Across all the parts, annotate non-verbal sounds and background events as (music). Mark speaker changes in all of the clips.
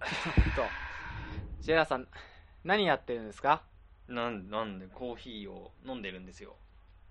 Speaker 1: と、シェラさん、何やってるんですか
Speaker 2: なんなんでコーヒーを飲んでるんですよ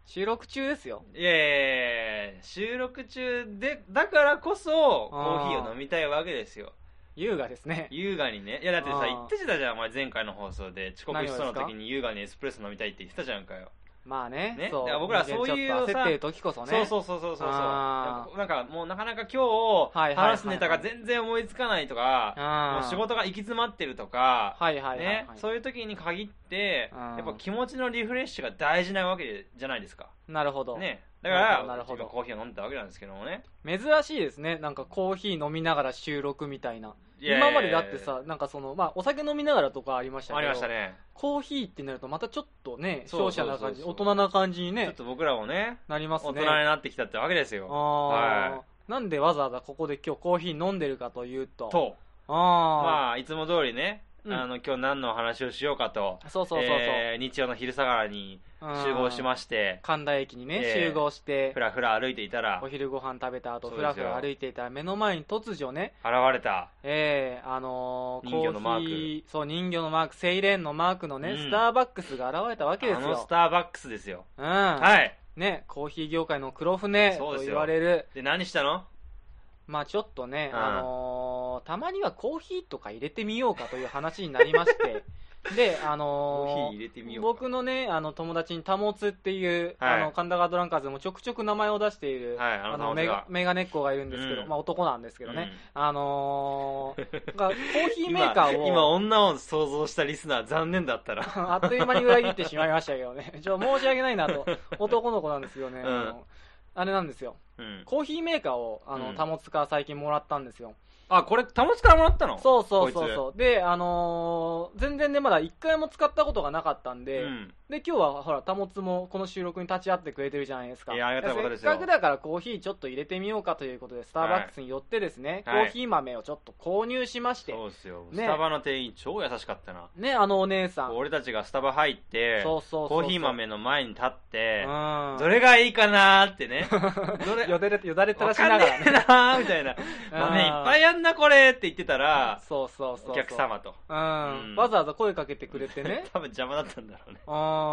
Speaker 1: 収録中ですよ。
Speaker 2: いやいやいやいや収録中でだからこそコ
Speaker 1: あー
Speaker 2: ーヒーを飲みたいわけですよ
Speaker 1: 優雅ですね。
Speaker 2: 優雅にねいやだってさ
Speaker 1: あー
Speaker 2: 言ってたじゃんお前前回の放送で遅刻しそうな時に優雅にエスプレッソ飲みたいって言ってたじゃんかよ
Speaker 1: まあね、
Speaker 2: ね
Speaker 1: そ
Speaker 2: だ
Speaker 1: う。
Speaker 2: から僕らそうい
Speaker 1: 人
Speaker 2: う
Speaker 1: 間ちょっと焦って
Speaker 2: さ
Speaker 1: る時こそね。
Speaker 2: そうそうそうそうそうそう
Speaker 1: あ
Speaker 2: なんかもうなかなか今
Speaker 1: はいはいはい
Speaker 2: 日話すネタが全然思いつかないとかも
Speaker 1: あ
Speaker 2: う
Speaker 1: ー
Speaker 2: 仕事が行き詰まってるとか
Speaker 1: はいはいはい、はい
Speaker 2: ね、そういう時に限って
Speaker 1: うん
Speaker 2: やっぱ気持ちのリフレッシュが大事なわけじゃないですか、
Speaker 1: なるほど、
Speaker 2: ね、だから
Speaker 1: なるほどなるほど
Speaker 2: 僕はコーヒーを飲んでたわけなんですけどもね
Speaker 1: 珍しいですねなんかコーヒー飲みながら収録みたいない
Speaker 2: やいやい
Speaker 1: 今
Speaker 2: や
Speaker 1: までだってさなんかそのまあお酒飲みながらとかありましたけど
Speaker 2: ありましたね
Speaker 1: コーヒーってなるとまたちょっとね
Speaker 2: そ
Speaker 1: 勝
Speaker 2: う
Speaker 1: 者
Speaker 2: そうそ
Speaker 1: な
Speaker 2: うそう
Speaker 1: 感じ大人な感じに
Speaker 2: ちょっ
Speaker 1: ね
Speaker 2: と僕らもね
Speaker 1: なりま
Speaker 2: 大
Speaker 1: す
Speaker 2: 人
Speaker 1: ね
Speaker 2: になってきたってわけです
Speaker 1: あ
Speaker 2: よ
Speaker 1: ー、
Speaker 2: は
Speaker 1: なんでわざわざここで今日コーヒー飲んでるかというと
Speaker 2: と
Speaker 1: あ
Speaker 2: まあいつも通りね、
Speaker 1: うん
Speaker 2: あの今日何のお話をしようかと
Speaker 1: あそうそうそうそう、
Speaker 2: えー日曜の昼下がりに集合し
Speaker 1: す
Speaker 2: まして
Speaker 1: 神田駅にね、
Speaker 2: ええ
Speaker 1: 集合して
Speaker 2: ふらふら歩いていたら
Speaker 1: お
Speaker 2: 現
Speaker 1: 昼ご飯食べた後
Speaker 2: そう
Speaker 1: ふ
Speaker 2: ですよ
Speaker 1: らふら歩いていたら目の前に突如ね
Speaker 2: れた
Speaker 1: ええあのー、
Speaker 2: 人形のマーク
Speaker 1: コヒーそう人形のマークセイレーンのマークのね、
Speaker 2: うん
Speaker 1: スターバックスが現れたわけです
Speaker 2: あの
Speaker 1: よ
Speaker 2: ス、ターバックスですよ、
Speaker 1: うん
Speaker 2: はい
Speaker 1: ね、コーヒー業界の黒船
Speaker 2: そう
Speaker 1: と
Speaker 2: ですよ
Speaker 1: 言われる
Speaker 2: で何したの
Speaker 1: まあちょっとね、
Speaker 2: うん
Speaker 1: あのーたまにはコーヒーとか入れてみようかという話になりまして
Speaker 2: (laughs)
Speaker 1: であ
Speaker 2: コー
Speaker 1: の
Speaker 2: ヒー入れてみ
Speaker 1: ー
Speaker 2: ようか
Speaker 1: 僕のねあの友達に「タモツ」っていう、
Speaker 2: はい
Speaker 1: あの神田川ドランカーズでもちょくちょく名前を出している、
Speaker 2: はいあ
Speaker 1: あ
Speaker 2: の
Speaker 1: の
Speaker 2: メ
Speaker 1: メ
Speaker 2: ガ
Speaker 1: ガメガネっ子がいるんですけど、
Speaker 2: うん
Speaker 1: まあ男なんですけどね、あの
Speaker 2: (laughs)
Speaker 1: ー、がコーヒーメ
Speaker 2: 今
Speaker 1: ーカーを
Speaker 2: 今女を想像したリスナー残念だったら
Speaker 1: (laughs) あっという間に裏切ってしまいましたけど
Speaker 2: (laughs)
Speaker 1: ね、ちょっと申し訳ないなと、男の子なんですよね、
Speaker 2: うん
Speaker 1: あのあれなんですよ、
Speaker 2: うん
Speaker 1: コーヒーメーカーをあの、
Speaker 2: うん
Speaker 1: 保つから最近もらったんですよ、
Speaker 2: あこれ保つからもらったの
Speaker 1: そうそうそうそう、で、あのー全然ね、まだ1回も使ったことがなかったん
Speaker 2: う
Speaker 1: で、
Speaker 2: ん
Speaker 1: で今日はほら、保つもこの収録に立ち会ってくれてるじゃないですか、
Speaker 2: いやありがたいことですよ
Speaker 1: せっかくだからコーヒーちょっと入れてみようかということで、スターバックスに寄ってですね、
Speaker 2: はい
Speaker 1: コーヒー豆をちょっと購入しまして、
Speaker 2: そうですよス
Speaker 1: ね
Speaker 2: タバの店員超優しかったな
Speaker 1: ね、あのお姉さん、
Speaker 2: 俺たちがスタバ入って
Speaker 1: そうそうそうそう
Speaker 2: コーヒー豆の前に立って
Speaker 1: うん
Speaker 2: どれがいいかなーっ
Speaker 1: (laughs)
Speaker 2: てねどれ
Speaker 1: よだれよだれ垂
Speaker 2: わ
Speaker 1: らし
Speaker 2: か
Speaker 1: なんが
Speaker 2: ね
Speaker 1: ら
Speaker 2: え
Speaker 1: ね。
Speaker 2: なーみたいな豆いっぱいやんなこれって言ってたら
Speaker 1: そうそうそうそう
Speaker 2: お客様と
Speaker 1: うん、
Speaker 2: うん
Speaker 1: わざわざ声かけてくれて
Speaker 2: (laughs)
Speaker 1: ね
Speaker 2: 多分邪魔だったんだろうね
Speaker 1: あー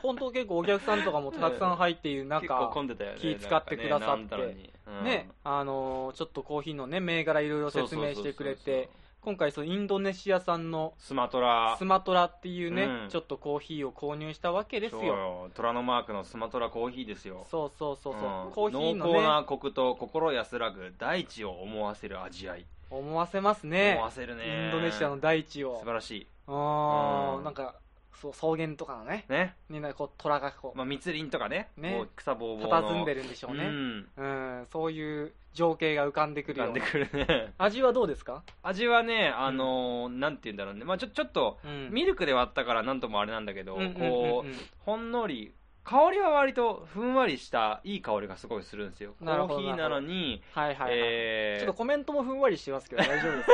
Speaker 1: 本当結構お客さんとかもたくさん入っている
Speaker 2: (laughs) 結構
Speaker 1: 中
Speaker 2: 混んでたよね
Speaker 1: 気使ってくださって
Speaker 2: なんかねなんだろうにうん
Speaker 1: ねあのーちょっとコーヒーのね銘柄いろいろ説明してくれ
Speaker 2: そうそうそうそう
Speaker 1: て今回そのインドネシア産の
Speaker 2: スマトラ
Speaker 1: スマトラっていうね、
Speaker 2: うん
Speaker 1: ちょっとコーヒーを購入したわけです
Speaker 2: そう
Speaker 1: よ
Speaker 2: 虎のマークのスマトラコーヒーですよ
Speaker 1: そうそうそうそう、
Speaker 2: うん
Speaker 1: コーヒー
Speaker 2: 濃厚
Speaker 1: のね
Speaker 2: なコクと心安らぐ大地を思わせる味わい、
Speaker 1: 思わせますね
Speaker 2: 思わせるね
Speaker 1: インドネシアの大地
Speaker 2: 素
Speaker 1: を
Speaker 2: 晴らしい
Speaker 1: あー
Speaker 2: うん
Speaker 1: なんかそう草原とかのね
Speaker 2: ね、
Speaker 1: みんなこう虎がこう
Speaker 2: まあ、密林とかね
Speaker 1: ね
Speaker 2: こう草ぼうぼうの
Speaker 1: 佇んでるんでしょうね、
Speaker 2: うん
Speaker 1: うん、そういう情景が浮かんでくる
Speaker 2: 浮か
Speaker 1: よ
Speaker 2: ん
Speaker 1: う
Speaker 2: で
Speaker 1: な
Speaker 2: くるね
Speaker 1: 味はどうですか、
Speaker 2: 味はねあのーなんて言うんだろうね、まあ、ちょちょっと
Speaker 1: うん
Speaker 2: ミルクで割ったからなんともあれなんだけど、こ
Speaker 1: うんうんうんうん
Speaker 2: うほんのり香りは割とふんわりしたいい香りがすごいするんですよコ
Speaker 1: なるほど
Speaker 2: ーヒーなのに
Speaker 1: はいはいはい、
Speaker 2: え
Speaker 1: ち
Speaker 2: ー
Speaker 1: ょっとコメントもふんわりしてますけど大丈夫ですか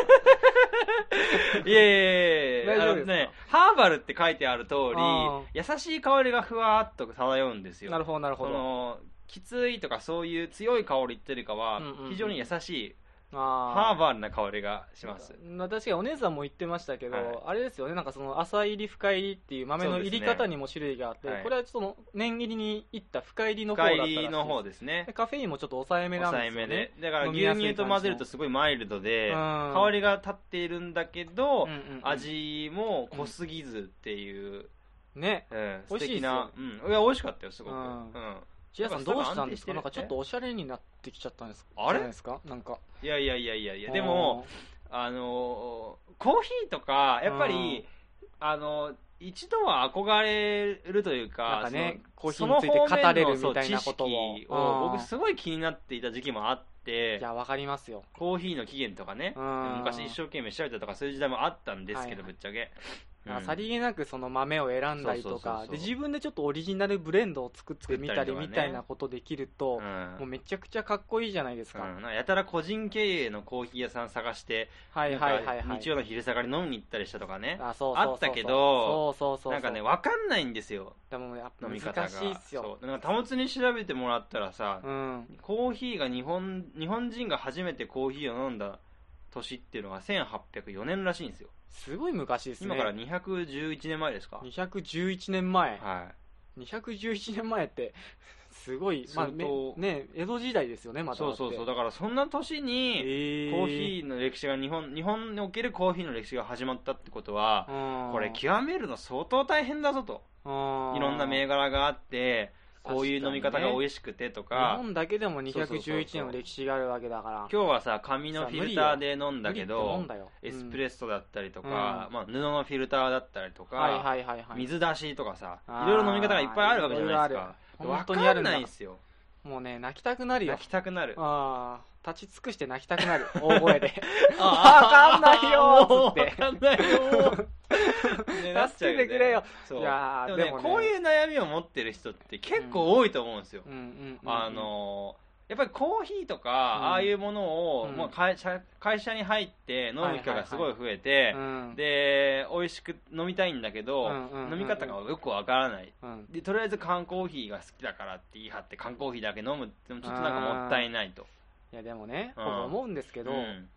Speaker 2: (laughs) いやいやいやいや
Speaker 1: 大丈夫
Speaker 2: あのね
Speaker 1: で、
Speaker 2: ハーバルって書いてある通
Speaker 1: あ
Speaker 2: り、優しい香りがふわーっと漂うんですよ。
Speaker 1: (laughs) なるほどなるほ
Speaker 2: そ
Speaker 1: ど
Speaker 2: のきついとかそういう強い香りっていうよりかは、
Speaker 1: うんうんうん
Speaker 2: 非常に優しい、ハ
Speaker 1: あ
Speaker 2: ーバルな香りがします。
Speaker 1: まあ確かにお姉さんも言ってましたけど、
Speaker 2: はい
Speaker 1: あれですよねなんかその浅入り深入りっていう豆の入り
Speaker 2: そうです
Speaker 1: 方
Speaker 2: ね
Speaker 1: にも種類があって、
Speaker 2: はい
Speaker 1: これはちょっと年入りにいった深入りの方だ
Speaker 2: 深
Speaker 1: ったらしい
Speaker 2: 入りの方
Speaker 1: で
Speaker 2: ですね
Speaker 1: す。カフェインもちょっと抑えめなんで
Speaker 2: 抑
Speaker 1: す
Speaker 2: え
Speaker 1: よ
Speaker 2: め
Speaker 1: ね
Speaker 2: で。だから
Speaker 1: 飲み
Speaker 2: 牛
Speaker 1: やすい感
Speaker 2: 乳
Speaker 1: じの
Speaker 2: と混ぜるとすごいマイルドで、
Speaker 1: うん
Speaker 2: 香りが立っているんだけど、
Speaker 1: うんうんうん
Speaker 2: 味も濃すぎずっていう、
Speaker 1: ね
Speaker 2: うん
Speaker 1: 美
Speaker 2: 素
Speaker 1: 味しい
Speaker 2: 敵
Speaker 1: ですよ
Speaker 2: な、うん、いや美味しかったよすご
Speaker 1: う
Speaker 2: く、うんん
Speaker 1: 千代さんどうしたんですか
Speaker 2: や
Speaker 1: なん
Speaker 2: っぱ
Speaker 1: か
Speaker 2: ス
Speaker 1: ちょ
Speaker 2: トー
Speaker 1: っ
Speaker 2: ブ
Speaker 1: とおしゃれになってきちゃったんです
Speaker 2: あれ
Speaker 1: じゃないですかなんか
Speaker 2: いやいやいやいやいやでもあのーコーヒーとかやっぱり、あのー一度は憧れるとい
Speaker 1: な
Speaker 2: う
Speaker 1: ん
Speaker 2: か
Speaker 1: かね
Speaker 2: その
Speaker 1: コーヒーについて語れるみたいなことを
Speaker 2: その方面のそう知識
Speaker 1: う
Speaker 2: を
Speaker 1: ん
Speaker 2: 僕すごい気になっていた時期もあって
Speaker 1: いや、わかりますよ。
Speaker 2: コーヒーの起源とかね
Speaker 1: うん
Speaker 2: 昔一生懸命調べたとかそういう時代もあったんですけど、
Speaker 1: はい
Speaker 2: ぶっちゃけ、うん
Speaker 1: さりげなくその豆を選んだり
Speaker 2: そ
Speaker 1: と
Speaker 2: うそうそう
Speaker 1: か
Speaker 2: そう
Speaker 1: で自分でちょっとオリジナルブレンドを作ってみたり
Speaker 2: 作ったりとかね
Speaker 1: みたいなことできると、
Speaker 2: うん
Speaker 1: もうめちゃくちゃかっこいいじゃないです
Speaker 2: う
Speaker 1: か、
Speaker 2: んなんかやたら個人経営のコーヒー屋さん探して、
Speaker 1: はいはいはいはい
Speaker 2: なんか日曜の昼下がり飲みに行ったりしたとかね
Speaker 1: あそうそうそうそう
Speaker 2: あったけど
Speaker 1: そうそうそうそう
Speaker 2: なんかね分かんないんですよ
Speaker 1: でもやっぱ
Speaker 2: 飲み方
Speaker 1: 難
Speaker 2: が
Speaker 1: しいっすよ
Speaker 2: そうなんか保つに調べてもらったらさ、
Speaker 1: うん
Speaker 2: コーヒーが日本日本人が初めてコーヒーを飲んだ年っていうのが1804年らしいんですよ
Speaker 1: すごい昔ですね
Speaker 2: 今から211年前ですか
Speaker 1: 211年前、
Speaker 2: は
Speaker 1: 211年前ってすごい、まあめ
Speaker 2: 相当
Speaker 1: ね、江戸時代ですよねま
Speaker 2: い
Speaker 1: だ
Speaker 2: そうそうそう
Speaker 1: だって
Speaker 2: だからそんな年
Speaker 1: え
Speaker 2: に
Speaker 1: ー
Speaker 2: コーヒーの歴史が日本日本におけるコーヒーの歴史が始まったってことは
Speaker 1: うん
Speaker 2: これ極めるの相当大変だぞと
Speaker 1: うん
Speaker 2: いろんな銘柄があってこういう飲み方が美
Speaker 1: い
Speaker 2: 味しくてと
Speaker 1: 日
Speaker 2: か
Speaker 1: 本だけでも
Speaker 2: そうそうそう
Speaker 1: 211年の歴史があるわけだから
Speaker 2: 今日はさ紙のフィルターで飲んだけ
Speaker 1: 無理っても
Speaker 2: ど
Speaker 1: んだよ
Speaker 2: エスプ
Speaker 1: レ
Speaker 2: レッソだったりとか、
Speaker 1: う
Speaker 2: まあ、布のフィルターだったりとか、
Speaker 1: はいはいはいはい
Speaker 2: 水出しとかさ
Speaker 1: あー
Speaker 2: いろいろ飲み方がいっぱいあるわけじゃない
Speaker 1: いろ
Speaker 2: です
Speaker 1: いろあ
Speaker 2: か
Speaker 1: る本
Speaker 2: 分
Speaker 1: 当にあ
Speaker 2: か
Speaker 1: る
Speaker 2: ん
Speaker 1: んだ
Speaker 2: ないんすよ
Speaker 1: もうね泣きたくなるよ
Speaker 2: 泣きたくなる
Speaker 1: ああ立ち尽くして泣きたく
Speaker 2: (laughs)
Speaker 1: なる大声でわか
Speaker 2: あー
Speaker 1: んないよーっつって
Speaker 2: もう分かんないよーねなっちゃう
Speaker 1: 助けてくれよ
Speaker 2: そう
Speaker 1: いやー
Speaker 2: でもね
Speaker 1: でもね
Speaker 2: こういう悩みを持ってる人って結構多いと思うんですよ、
Speaker 1: うんうんうんうん
Speaker 2: あのーやっぱりコーヒーとか、
Speaker 1: うん
Speaker 2: ああいうものを、
Speaker 1: うん
Speaker 2: まあ、会社会社に入って飲む機会がすごい増えて、
Speaker 1: うん
Speaker 2: で美味しく飲みたいんだけど、
Speaker 1: うんうんうんうん
Speaker 2: 飲み方がよくわからない
Speaker 1: うん
Speaker 2: でとりあえず缶コーヒーが好きだからって言い張って缶コーヒーだけ飲むってのもちょっとなんかもったいないと
Speaker 1: いやでもね
Speaker 2: うん
Speaker 1: 僕思うんですけど
Speaker 2: うん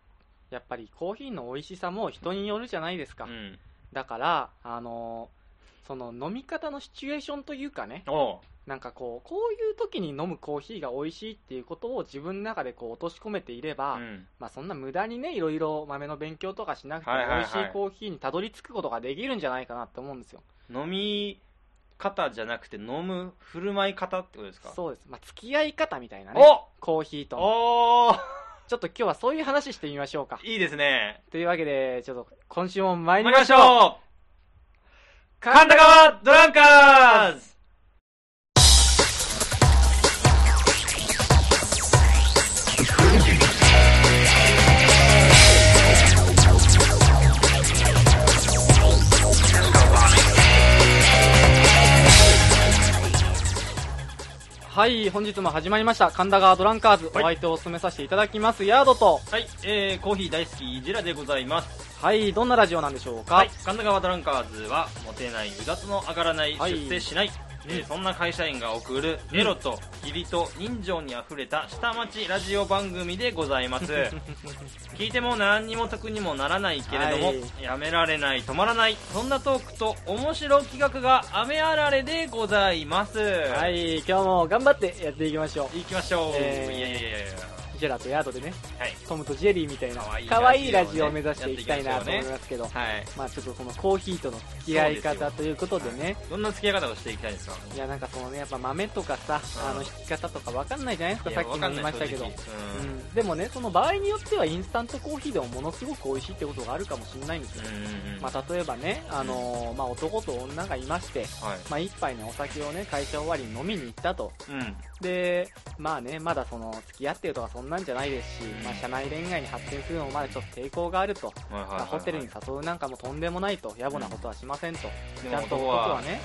Speaker 1: やっぱりコーヒーの美味しさも人によるじゃないですか
Speaker 2: うん
Speaker 1: だからあのその飲み方のシチュエーションというかね
Speaker 2: おう
Speaker 1: なんかこうこういう時に飲むコーヒーが美味しいっていうことを自分の中でこう落とし込めていれば、
Speaker 2: うん
Speaker 1: まあ、そんな無駄にねいろいろ豆の勉強とかしなくても
Speaker 2: はいはいはい
Speaker 1: 美味しいコーヒーにたどり着くことができるんじゃないかなって思うんですよ、
Speaker 2: 飲み方じゃなくて飲む振る舞い方ってことですか
Speaker 1: そうです、まあ、付き合い方みたいなね
Speaker 2: お
Speaker 1: コーヒーとの
Speaker 2: おー
Speaker 1: ちょっと今日はそういう話してみましょうか
Speaker 2: いいですね
Speaker 1: というわけでちょっと今週も参り
Speaker 2: 参り
Speaker 1: ま
Speaker 2: ま
Speaker 1: し
Speaker 2: し
Speaker 1: ょう
Speaker 2: ょう神田川ドランカーズ
Speaker 1: はい本日も始まりました神田川ドランカーズ、
Speaker 2: はい
Speaker 1: お相手を務めさせていただきますヤードと
Speaker 2: はい、えー、コーヒー大好きイジラでございます
Speaker 1: はいどんなラジオなんでしょうか、
Speaker 2: はい、神田川ドランカーズはモテないうだつの上がらない、
Speaker 1: はい
Speaker 2: 出世しない、えーそんな会社員が送るエロと義理と人情にあふれた下町ラジオ番組でございます聞いても何にも得にもならないけれども、
Speaker 1: は
Speaker 2: やめられない止まらないそんなトークと面白企画が雨あられでございます
Speaker 1: はいい今日も頑張ってやっていきましょ
Speaker 2: 行きましょう、
Speaker 1: えー
Speaker 2: いやいやいやいや
Speaker 1: うジェラとヤードでね
Speaker 2: はい
Speaker 1: トムとジェリーみたいな
Speaker 2: 可愛い
Speaker 1: 可愛い
Speaker 2: ラ
Speaker 1: ラ
Speaker 2: ジ
Speaker 1: ジ
Speaker 2: オ
Speaker 1: オ
Speaker 2: を
Speaker 1: を
Speaker 2: ね
Speaker 1: 目指していきたいなと思いますけど、
Speaker 2: はい
Speaker 1: まあちょっとこのコーヒーとの付き合い
Speaker 2: そうですよ
Speaker 1: 方ということでね、
Speaker 2: どんな付き合い方をしていきたいですか
Speaker 1: いやなんかそのねやっぱ豆とかさ、
Speaker 2: うん
Speaker 1: あの引き方とかわかんないじゃないですか、さっきも言いましたけど、
Speaker 2: いやわかんない正直
Speaker 1: う
Speaker 2: うん
Speaker 1: ん、でもねその場合によってはインスタントコーヒーでもものすごく美味しいってことがあるかもしれないんですよ、
Speaker 2: うんうんうん
Speaker 1: まあ、例えばね、あのーまあ、男と女がいまして、
Speaker 2: はい
Speaker 1: まあ、一杯のお酒をね会社終わりに飲みに行ったと
Speaker 2: うん
Speaker 1: でまあねまだその付き合ってるとかそんなんじゃないですし、まあ、社内恋愛に発展するのもまだちょっと抵抗があると、
Speaker 2: はいはいはいはい
Speaker 1: まあホテルに誘うなんかもとんでもないと野暮なことはしませんと、
Speaker 2: で
Speaker 1: ちゃ
Speaker 2: も
Speaker 1: んと男
Speaker 2: 男
Speaker 1: は
Speaker 2: は
Speaker 1: ね
Speaker 2: ね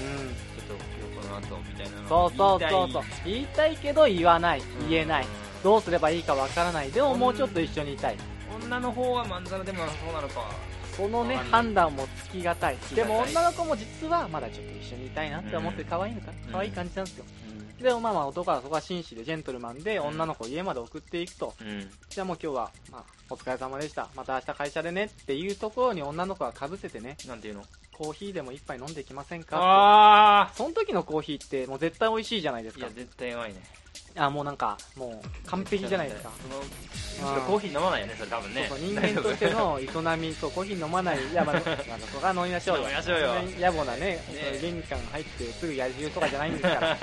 Speaker 1: うん
Speaker 2: ちょっと今日この後みたいなの
Speaker 1: そうそうそうそう言いたいけど言わない
Speaker 2: 言いたい
Speaker 1: 言えない、
Speaker 2: うん
Speaker 1: どうすればいいかわからないでももうちょっと一緒にいたい
Speaker 2: 女の方はまんざらでもなさそうなのか
Speaker 1: そのね
Speaker 2: わかんない
Speaker 1: 判断もつきがたい
Speaker 2: きが
Speaker 1: で
Speaker 2: たい
Speaker 1: も女の子も実はまだちょっと一緒にいたいなって思って
Speaker 2: うん
Speaker 1: 可愛いのかな
Speaker 2: うん
Speaker 1: 可愛い感じなんですよでもまあまあ男はそこは紳士でジェントルマンで
Speaker 2: うん
Speaker 1: 女の子を家まで送っていくと
Speaker 2: うん、うん、
Speaker 1: じゃあもう今日はまあお疲れ様でしたまた明日会社でねっていうところに女の子がかぶせてね
Speaker 2: なんていうの
Speaker 1: コーヒーでも一杯飲んできませんかって
Speaker 2: あ
Speaker 1: その時のコーヒーってもう絶対美味しいじゃないです
Speaker 2: ーい
Speaker 1: か
Speaker 2: や絶対うまいね
Speaker 1: あもうなんかもう完璧じゃないですか
Speaker 2: そのむしろコーヒー飲まないよねそれ多分ね
Speaker 1: そうそう人間としての営み、そうコーヒー飲まない、いやまあ、まあそこは飲みましょうよ、
Speaker 2: 飲みま (laughs) しょうよ
Speaker 1: そんな野暮なね、玄関入ってすぐ野獣とかじゃないんですから、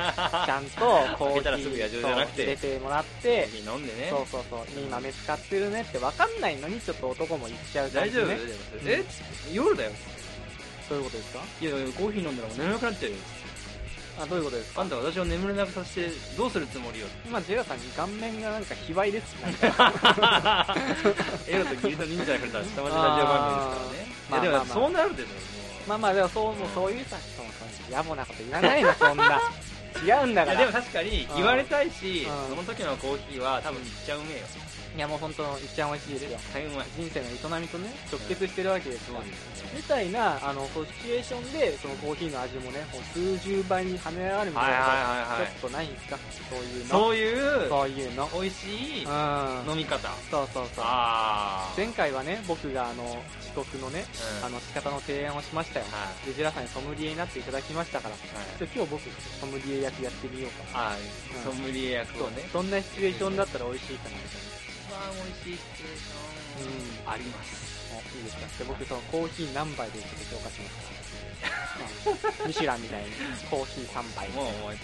Speaker 2: (laughs)
Speaker 1: ちゃんとコーヒ
Speaker 2: 開けたらすぐ野
Speaker 1: ー
Speaker 2: 獣じゃなく
Speaker 1: そう
Speaker 2: て
Speaker 1: 入れてもらって
Speaker 2: コー、ヒー飲んでね
Speaker 1: そうそうそう、いい豆使ってるねって分かんないのに、ちょっと男も言っちゃう感
Speaker 2: 大
Speaker 1: じ
Speaker 2: 丈
Speaker 1: ね
Speaker 2: 夫、
Speaker 1: ね、
Speaker 2: え夜だよ
Speaker 1: そういうことですか
Speaker 2: いやいやコーヒー飲んだらもう眠くなっちゃうよ
Speaker 1: あどういうことです
Speaker 2: あ
Speaker 1: か
Speaker 2: んた私を眠れなくさせてどうするつもりよ
Speaker 1: 今、ジェラさんに顔面がなんか卑猥です、なんか
Speaker 2: (laughs) エロとギリと忍者がくれたら下町ラジオ番組ですからねいや
Speaker 1: まあま
Speaker 2: で
Speaker 1: あ
Speaker 2: も
Speaker 1: まあ
Speaker 2: そうなるでしょもう
Speaker 1: まあまあ、でもそうもうそういうさ、そうそう野暮なこと言わないの、そん
Speaker 2: (laughs)
Speaker 1: な、違うんだ
Speaker 2: い
Speaker 1: か
Speaker 2: や
Speaker 1: ら。
Speaker 2: でも確かに言われたいし、
Speaker 1: うん
Speaker 2: その時のコーヒーは多分いっちゃうめえよ、
Speaker 1: いやもう本当の一番美味しいですよ
Speaker 2: 大変うまい
Speaker 1: 人生の営みとね直結してるわけです
Speaker 2: そう
Speaker 1: よ、
Speaker 2: です
Speaker 1: みたいなあのこうシチュエーションでそのコーヒーの味もねもう数十倍に跳ね上がるみた
Speaker 2: はいいはい
Speaker 1: な、
Speaker 2: はいはい
Speaker 1: ちょっとないんですかそういうの
Speaker 2: そういう
Speaker 1: そういうの
Speaker 2: 美味しい
Speaker 1: うん
Speaker 2: 飲み方
Speaker 1: そうそうそう
Speaker 2: ああ
Speaker 1: 前回はね僕があの遅刻のね、
Speaker 2: うん
Speaker 1: あの仕方の提案をしましたよ、
Speaker 2: はいはい
Speaker 1: でジェラさんにソムリエになっていただきましたからちょ今日僕ソムリエ役やってみようかな
Speaker 2: あ
Speaker 1: うん
Speaker 2: ーソムリエ役をね
Speaker 1: どんなシチュエーションだったら美味しいかなみたい
Speaker 2: 一番美味しいシチュエーションあります
Speaker 1: な、いいですかで僕そのコーヒー何杯でちょっと評価しますから、うんミシュランみたいにコーヒー3杯
Speaker 2: もうもう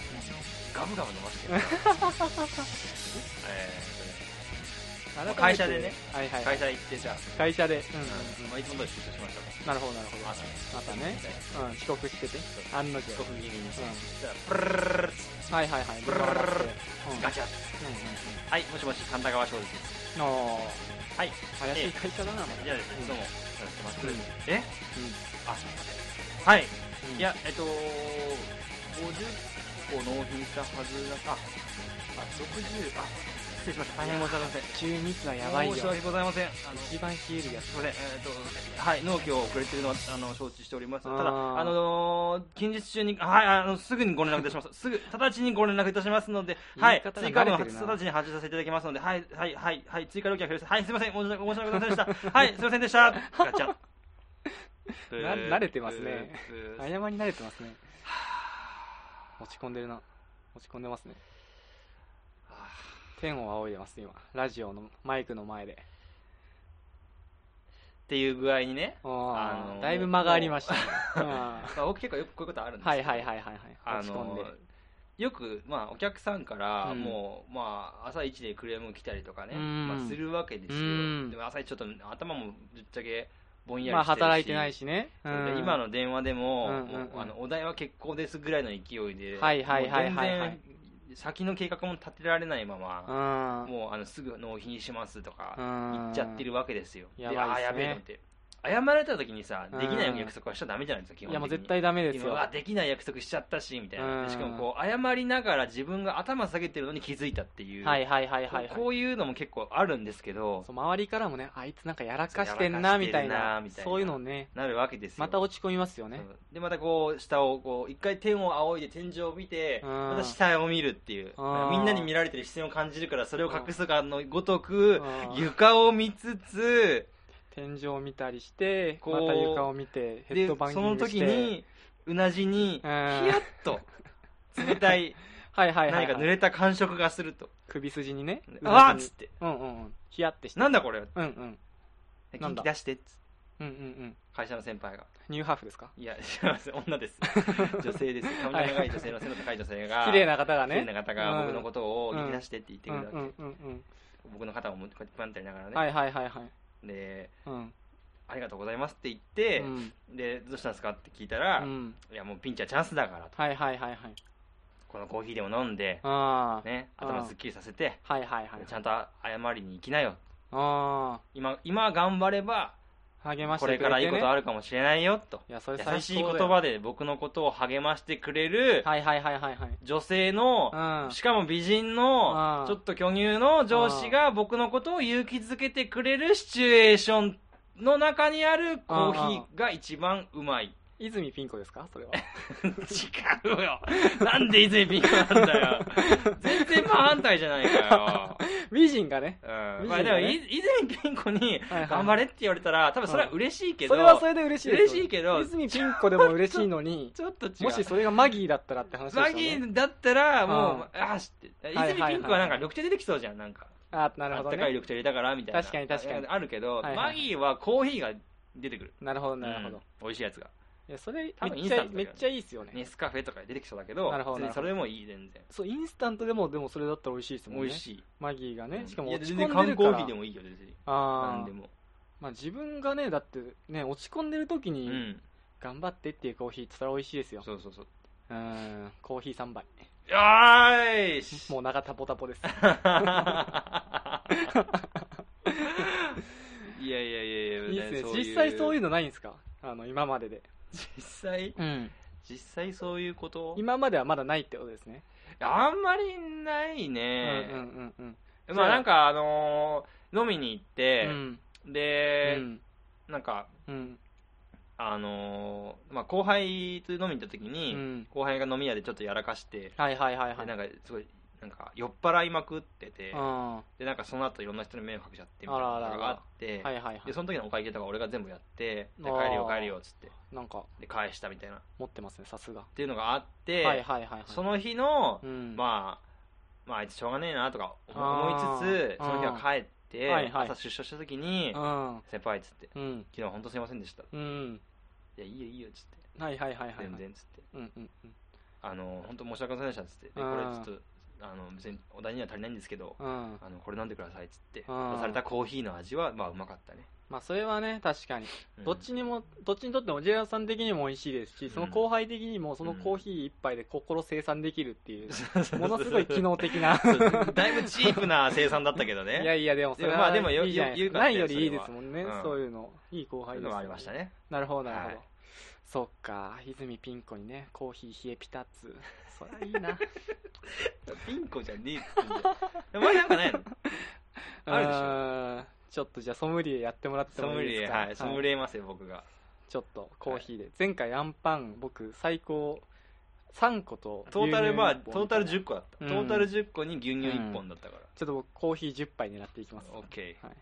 Speaker 2: ガブガブ飲ましてるえ
Speaker 1: 改めて
Speaker 2: 会社でね
Speaker 1: はいは
Speaker 2: ー
Speaker 1: い、
Speaker 2: 会社行ってじゃあ
Speaker 1: 会社で、うん
Speaker 2: うんまあいつも通り出社しました
Speaker 1: なるほどなるほど
Speaker 2: もん朝
Speaker 1: またね、うん、遅刻してて
Speaker 2: そう
Speaker 1: 案の定
Speaker 2: 遅刻気味に
Speaker 1: うん
Speaker 2: じゃあプルルルルル
Speaker 1: はいはいはい。
Speaker 2: ブルルルルル
Speaker 1: うん
Speaker 2: ガチャ
Speaker 1: うんうん
Speaker 2: はいもしもし神田川翔で
Speaker 1: うん。
Speaker 2: す
Speaker 1: あ
Speaker 2: はい
Speaker 1: あ、怪しい会社だな、まだ
Speaker 2: じゃあですねいつもやってます
Speaker 1: うん
Speaker 2: え
Speaker 1: う
Speaker 2: あはい
Speaker 1: んうん
Speaker 2: いや、えっと、50個納品したはずだあ、あ、60、あ、失礼しました。大変申し訳ありません。
Speaker 1: 中ミスはやばいよ
Speaker 2: 申。し訳ございません。あの、す
Speaker 1: 一番冷えるやつ。
Speaker 2: いません。えっと、はい、納期を遅れてるのは、あの、承知しております。ただ、
Speaker 1: あー
Speaker 2: あのー近日中に、はい、あの、すぐにご連絡いたします。すぐ、直ちにご連絡いたしますので、は
Speaker 1: 言い、
Speaker 2: い
Speaker 1: 方が
Speaker 2: 追加料
Speaker 1: 慣れ
Speaker 2: 金
Speaker 1: てる
Speaker 2: は
Speaker 1: な
Speaker 2: 直ちに発注させていただきますので、はい、はい、はい、はい、追加料金は増やしてはい、すいません。申し訳申し訳ございませんで
Speaker 1: (laughs)
Speaker 2: した。はい、すいませんでした。ガチャ。
Speaker 1: 慣れてます
Speaker 2: (laughs)
Speaker 1: ね
Speaker 2: ブー。ブー
Speaker 1: 謝り慣れてますね。落ち込んでるな。落ち込んでますね。天を仰いでます、今。ラジオのマイクの前で。
Speaker 2: っていう具合にね、
Speaker 1: あ
Speaker 2: あの
Speaker 1: ーだいぶ間がありましたね。
Speaker 2: (laughs)
Speaker 1: うん
Speaker 2: まあ、僕結構よくこういうことあるんです
Speaker 1: は
Speaker 2: け
Speaker 1: い
Speaker 2: ど
Speaker 1: はいはいはいはい。
Speaker 2: あ
Speaker 1: 落ち込ん
Speaker 2: の
Speaker 1: で。
Speaker 2: よく、まあ、お客さんから、
Speaker 1: うん
Speaker 2: もう、まあ、朝一でクレーム来たりとかね、
Speaker 1: うん
Speaker 2: まあ、するわけですよ、
Speaker 1: うん
Speaker 2: でも朝一ちょっと頭もぶっちゃけぼんや
Speaker 1: まあ
Speaker 2: りしてるし、
Speaker 1: 働いてないしね。う
Speaker 2: で
Speaker 1: ん
Speaker 2: 今の電話でも,、
Speaker 1: うんうんうん
Speaker 2: もうあのお題は結構ですぐらいの勢いで、
Speaker 1: はいはいはいはいはい
Speaker 2: もう全然先の計画も立てられないま
Speaker 1: う
Speaker 2: ま、
Speaker 1: ん。
Speaker 2: もうあのすぐ納品しますとか、
Speaker 1: 行
Speaker 2: 言っちゃってるわけですよ、
Speaker 1: やばいっ
Speaker 2: です
Speaker 1: ね
Speaker 2: あーやべえと思って謝られた時にさ
Speaker 1: うん
Speaker 2: できない約束はしちゃダメじゃないですか基本的に
Speaker 1: いやもう絶対ダメです
Speaker 2: 今
Speaker 1: よ
Speaker 2: う。わできない約束しちゃったしみたいな、
Speaker 1: うん
Speaker 2: しかもこう謝りながら自分が頭下げてるのに気づいたっていう、
Speaker 1: はいはいはいはいはい。
Speaker 2: こういうのも結構あるんですけど
Speaker 1: そう周りからもね、あいつなんかやらかしてんな、みたい
Speaker 2: やらかしてんな
Speaker 1: な
Speaker 2: みたい、な
Speaker 1: そういうのね、
Speaker 2: なるわけですよ
Speaker 1: また落ち込みますよね
Speaker 2: そ。うでまたこう下をこう一回天を仰いで天井を見て、
Speaker 1: うん
Speaker 2: また下を見るっていう
Speaker 1: うん
Speaker 2: みんなに見られてる視線を感じるからそれを隠すかのごとく
Speaker 1: うん
Speaker 2: 床を見つつ
Speaker 1: 天井を見たりして、
Speaker 2: こ
Speaker 1: ま
Speaker 2: う
Speaker 1: た床を見て、ヘッ
Speaker 2: で
Speaker 1: ドバンキ
Speaker 2: そ
Speaker 1: ン
Speaker 2: の
Speaker 1: グし
Speaker 2: 時
Speaker 1: て、
Speaker 2: にうなじに
Speaker 1: うん
Speaker 2: ヒヤッ
Speaker 1: (laughs)
Speaker 2: と冷たい
Speaker 1: はいはいは
Speaker 2: 何
Speaker 1: い
Speaker 2: か濡
Speaker 1: はい。
Speaker 2: れた感触がすると
Speaker 1: 首筋にね、
Speaker 2: 「あっ!」っつって
Speaker 1: うんうんうん。ヒヤってし
Speaker 2: 「
Speaker 1: て。
Speaker 2: なんだこれ!
Speaker 1: うんうん。」なんだ
Speaker 2: 元気出して」っつって
Speaker 1: うんうんうん。
Speaker 2: 会社の先輩が
Speaker 1: ニューハーフですか
Speaker 2: 「いやすいません女です女性です髪の長い女性の背の高い女性が
Speaker 1: 綺麗な方が
Speaker 2: 綺麗
Speaker 1: ね
Speaker 2: な。方が
Speaker 1: うん
Speaker 2: 僕のことを引き出して」って言って
Speaker 1: う
Speaker 2: く
Speaker 1: ん
Speaker 2: る
Speaker 1: う
Speaker 2: わけ、
Speaker 1: んうんうん。
Speaker 2: 僕の肩をもうこうやってパンってやりながらね、
Speaker 1: はいはいはいはい。
Speaker 2: で
Speaker 1: うん。
Speaker 2: 「ありがとうございます」って言って、
Speaker 1: うん
Speaker 2: でどうしたんですかって聞いた
Speaker 1: う
Speaker 2: ら、
Speaker 1: ん。
Speaker 2: いやもうピンチはチャンスだからと
Speaker 1: はいはいはいはい。
Speaker 2: このコーヒーでも飲んで、
Speaker 1: ああ。
Speaker 2: ね、頭すっきりさせて、
Speaker 1: はいはいはい。
Speaker 2: ちゃんと謝りに行きなよ
Speaker 1: あ
Speaker 2: 今今頑張れ
Speaker 1: あ。
Speaker 2: ば
Speaker 1: 励まして
Speaker 2: こ
Speaker 1: くれ
Speaker 2: れ
Speaker 1: て、ね。
Speaker 2: からいいことあ
Speaker 1: る。
Speaker 2: るかもしれないよと
Speaker 1: いや、それ最高だよ
Speaker 2: 優しい言葉で僕のことを励ましてくれる
Speaker 1: はいはいはいはいはい。
Speaker 2: 女性の
Speaker 1: うん。
Speaker 2: しかも美人
Speaker 1: う
Speaker 2: の
Speaker 1: ん
Speaker 2: ちょっと巨乳の上司が僕のことを勇気づけてくれるシチュエーションの中にあるコーヒーが一番うまい
Speaker 1: 泉ピン子ですかそれは。 (laughs)
Speaker 2: 違うよなんで泉ピンクなんだよ全然真反対じゃないかよ
Speaker 1: 美人がね。
Speaker 2: う
Speaker 1: 美人だね
Speaker 2: んまあでも、い泉ピン子に
Speaker 1: はいはい
Speaker 2: 頑張れって言われたら、多分それは嬉しいけ
Speaker 1: そ
Speaker 2: ど、
Speaker 1: れはそれで嬉しいですよ
Speaker 2: 嬉しいけど
Speaker 1: 泉ピン子でも嬉しいのに、
Speaker 2: ちょっと違う。
Speaker 1: もしそれがマギーだったらって話で
Speaker 2: マ
Speaker 1: すよ
Speaker 2: ギ
Speaker 1: ね。
Speaker 2: ーだったら、
Speaker 1: うん
Speaker 2: もう、ああ、知って、
Speaker 1: はいはい
Speaker 2: 泉ピンクはなんか緑茶出てきそうじゃん、なんか。
Speaker 1: あなる
Speaker 2: あ
Speaker 1: ほ
Speaker 2: っ
Speaker 1: ど
Speaker 2: たかい
Speaker 1: ね。
Speaker 2: 緑茶入れたから、みたいな。
Speaker 1: 確かに確かに
Speaker 2: あるけど、
Speaker 1: はいはい
Speaker 2: マギーはコーヒーが出てくる。
Speaker 1: なるほど、なるほ
Speaker 2: うん
Speaker 1: ど。。
Speaker 2: 美味しいやつが。
Speaker 1: いや、それ
Speaker 2: 多分
Speaker 1: めっちゃ
Speaker 2: インスタントだけどね
Speaker 1: めっちゃいいですよね。
Speaker 2: ネスカフェとかで出てきそうだけど、
Speaker 1: なるほど
Speaker 2: 別にそれでもいい、全然。
Speaker 1: そう、インスタントでも、でもそれだったら美味しいですもん
Speaker 2: 美
Speaker 1: ね。
Speaker 2: 味しい。
Speaker 1: マギーがね
Speaker 2: う。ん
Speaker 1: しか
Speaker 2: い
Speaker 1: も
Speaker 2: や
Speaker 1: 落ち
Speaker 2: 全
Speaker 1: 込ん
Speaker 2: 然
Speaker 1: で
Speaker 2: 缶
Speaker 1: るか
Speaker 2: コ
Speaker 1: ら。
Speaker 2: ーヒーでもいいよ、別に。なん
Speaker 1: あ
Speaker 2: で
Speaker 1: あ。
Speaker 2: も。
Speaker 1: まあ自分がね、だってね、落ち込んでる時
Speaker 2: う
Speaker 1: に、
Speaker 2: ん。
Speaker 1: 頑張ってっていうコーヒーってそれは美味しいですよ。
Speaker 2: そうそうそう。
Speaker 1: うん。コーヒー3杯。
Speaker 2: よーし
Speaker 1: もう長タポタポです。
Speaker 2: (laughs) いやいやいやいや、
Speaker 1: いいですね。
Speaker 2: う
Speaker 1: 実際そういう
Speaker 2: う。
Speaker 1: のないんですかあの、今までで。
Speaker 2: 実際
Speaker 1: うん。
Speaker 2: 実際そういうこと
Speaker 1: 今まではまだないってことですね。
Speaker 2: あんまりない
Speaker 1: うん
Speaker 2: ね。
Speaker 1: うんうんうん。
Speaker 2: まあなんかあのー飲みに行って
Speaker 1: う、ん
Speaker 2: で、
Speaker 1: うん
Speaker 2: なんか、
Speaker 1: うん
Speaker 2: あのーまあ、後輩と飲みに行った時に、
Speaker 1: うん
Speaker 2: 後輩が飲み屋でちょっとやらかして、
Speaker 1: はいはいはいは
Speaker 2: でないんかすごいなんか酔っ払いまくってて、
Speaker 1: うん
Speaker 2: でなんかその後いろんな人に迷惑かけちゃってみたいなこと
Speaker 1: あららら
Speaker 2: があって
Speaker 1: はいはいはい
Speaker 2: でその時のお会計とか俺が全部やってで
Speaker 1: あー
Speaker 2: 帰るよ帰るよっつって
Speaker 1: なんか
Speaker 2: で返したみたいなっ
Speaker 1: 持ってますねさすがは
Speaker 2: ていうのがあっ
Speaker 1: い
Speaker 2: て、
Speaker 1: はいはいはい
Speaker 2: その日の、
Speaker 1: うん
Speaker 2: まあ、まああいつしょうがねえなとか
Speaker 1: あー
Speaker 2: 思いつつその日は帰って、
Speaker 1: はいはい
Speaker 2: 朝出社した時に
Speaker 1: うん
Speaker 2: 「先輩」っつって
Speaker 1: うん
Speaker 2: 「昨日本当すいませんでした」「い
Speaker 1: うん
Speaker 2: やいいよいいよ」っつって
Speaker 1: はいはいはいは
Speaker 2: 「
Speaker 1: い
Speaker 2: 全然」っつって
Speaker 1: うんうんうん
Speaker 2: 「あの本当申し訳ございませんでした」っつってで「
Speaker 1: うん
Speaker 2: これちょっとあの別にお題には足りないんですけど
Speaker 1: うん
Speaker 2: あのこれ飲んでください」っつって
Speaker 1: うん
Speaker 2: 出されたコーヒーの味はまあうまかったね、
Speaker 1: まあそれはね確かに
Speaker 2: うん
Speaker 1: どっ
Speaker 2: (laughs)
Speaker 1: ちにもどっちにとっても J さん的にも美味しいですしその後輩的にもそのコーヒー一杯で心生産できるっていう (laughs) ものすごい機能的
Speaker 2: (laughs)
Speaker 1: な
Speaker 2: だいぶチープな生産だったけど
Speaker 1: い
Speaker 2: ね。
Speaker 1: やいやでもそれは
Speaker 2: でもまあでも
Speaker 1: いいじゃないですか
Speaker 2: よよよか
Speaker 1: な
Speaker 2: った
Speaker 1: い
Speaker 2: よ
Speaker 1: よりいいですもんね
Speaker 2: それはうん
Speaker 1: そういうのいい後
Speaker 2: そう
Speaker 1: 輩
Speaker 2: いう
Speaker 1: で
Speaker 2: の
Speaker 1: す
Speaker 2: が
Speaker 1: よ
Speaker 2: ありましたね。
Speaker 1: なるほどなるほど、
Speaker 2: はい
Speaker 1: そっか泉ピン子にねコーヒー冷えピタッツそりゃいい (laughs) な
Speaker 2: ピンコじゃねえって言うんだよ。でもあれなん
Speaker 1: (laughs)
Speaker 2: かないのあるでしょ
Speaker 1: るでしょちょっとじゃあソムリエやってもらって
Speaker 2: ソ
Speaker 1: も
Speaker 2: ム
Speaker 1: いい
Speaker 2: リ
Speaker 1: で
Speaker 2: エ、
Speaker 1: すか
Speaker 2: はい、ソムリエますよ、僕が。
Speaker 1: ちょっとコーヒーで、前回アンパン僕最高3個と
Speaker 2: トータル、まあ、
Speaker 1: 牛乳一本みたいな
Speaker 2: トータル10個だった。
Speaker 1: うん
Speaker 2: トータル10個に牛乳1本だったから。
Speaker 1: ちょっと僕コーヒー10杯狙っていきます、
Speaker 2: オッケ
Speaker 1: はい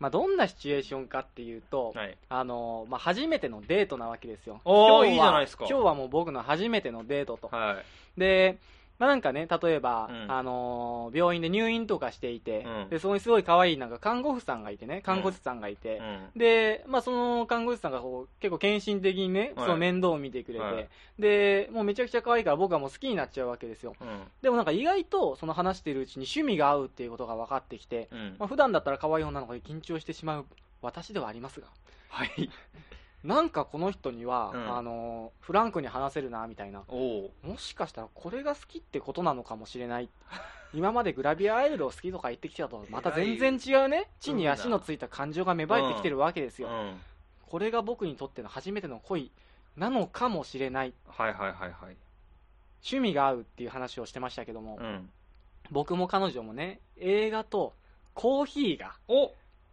Speaker 1: まあ、どんなシチュエーションかっていうと、
Speaker 2: ー。はい。
Speaker 1: あのーまあ、初めてのデートなわけですよ
Speaker 2: お
Speaker 1: 今日は
Speaker 2: ー
Speaker 1: い
Speaker 2: いじゃないですか
Speaker 1: 今日はもう僕の初めてのデートと、
Speaker 2: はい。
Speaker 1: で、まあ、なんかね例えば、
Speaker 2: うん
Speaker 1: あのー病院で入院とかしていて、
Speaker 2: うん
Speaker 1: でそこにすごい可愛いなんか看護婦さんがいてね看護師さんがいて、
Speaker 2: うん。
Speaker 1: で、まあ、その看護師さんがこう結構献身的にね、
Speaker 2: はい
Speaker 1: その面倒を見てくれて、
Speaker 2: はい
Speaker 1: でもうめちゃくちゃ可愛いから僕はもう好きになっちゃうわけですよ
Speaker 2: うん。
Speaker 1: でもなんか意外とその話してるうちに趣味が合うっていうことが分かってきて、
Speaker 2: うん
Speaker 1: まあ、普段だったら可愛い女の子に緊張してしまう私ではありますが
Speaker 2: はい。
Speaker 1: なんかこの人には、
Speaker 2: うん
Speaker 1: あのフランクに話せるなみたいな
Speaker 2: おお。
Speaker 1: もしかしたらこれが好きってことなのかもしれ
Speaker 2: (laughs)
Speaker 1: ない今までグラビアアイドルを好きとか言ってきたとまた全然違うね地に足のついた感情が芽生えてきてるわけです
Speaker 2: うん。
Speaker 1: よ、
Speaker 2: はい
Speaker 1: これが僕にとっての初めての恋なのかもしれない
Speaker 2: はいはいはい。
Speaker 1: 趣味が合うっていう話をしてましたけども、
Speaker 2: うん。
Speaker 1: 僕も彼女もね映画とコーヒーが
Speaker 2: お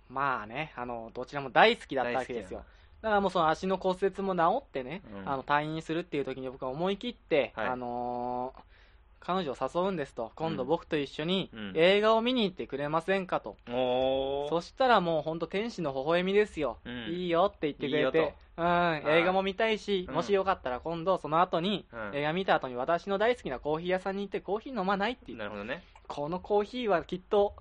Speaker 1: まあねあのどちらも大好きだったわけですよだからもうその足の骨折も治ってね、
Speaker 2: うん
Speaker 1: あの退院するっていう時に僕は思い切って、
Speaker 2: はい
Speaker 1: あのー彼女を誘うんですと今度僕と一緒に
Speaker 2: うん
Speaker 1: 映画を見に行ってくれませんかと、
Speaker 2: お
Speaker 1: そ
Speaker 2: ー。
Speaker 1: したらもう本当天使の微笑みですよ、
Speaker 2: うん
Speaker 1: いいよって言ってくれて
Speaker 2: いいよ
Speaker 1: うん、
Speaker 2: い
Speaker 1: 映画も見たいし、
Speaker 2: うん
Speaker 1: もしよかったら今度その後に、
Speaker 2: うん
Speaker 1: 映画見た後に私の大好きなコーヒー屋さんに行ってコーヒー飲まないっていう
Speaker 2: なるほどね。
Speaker 1: このコーヒーはきっと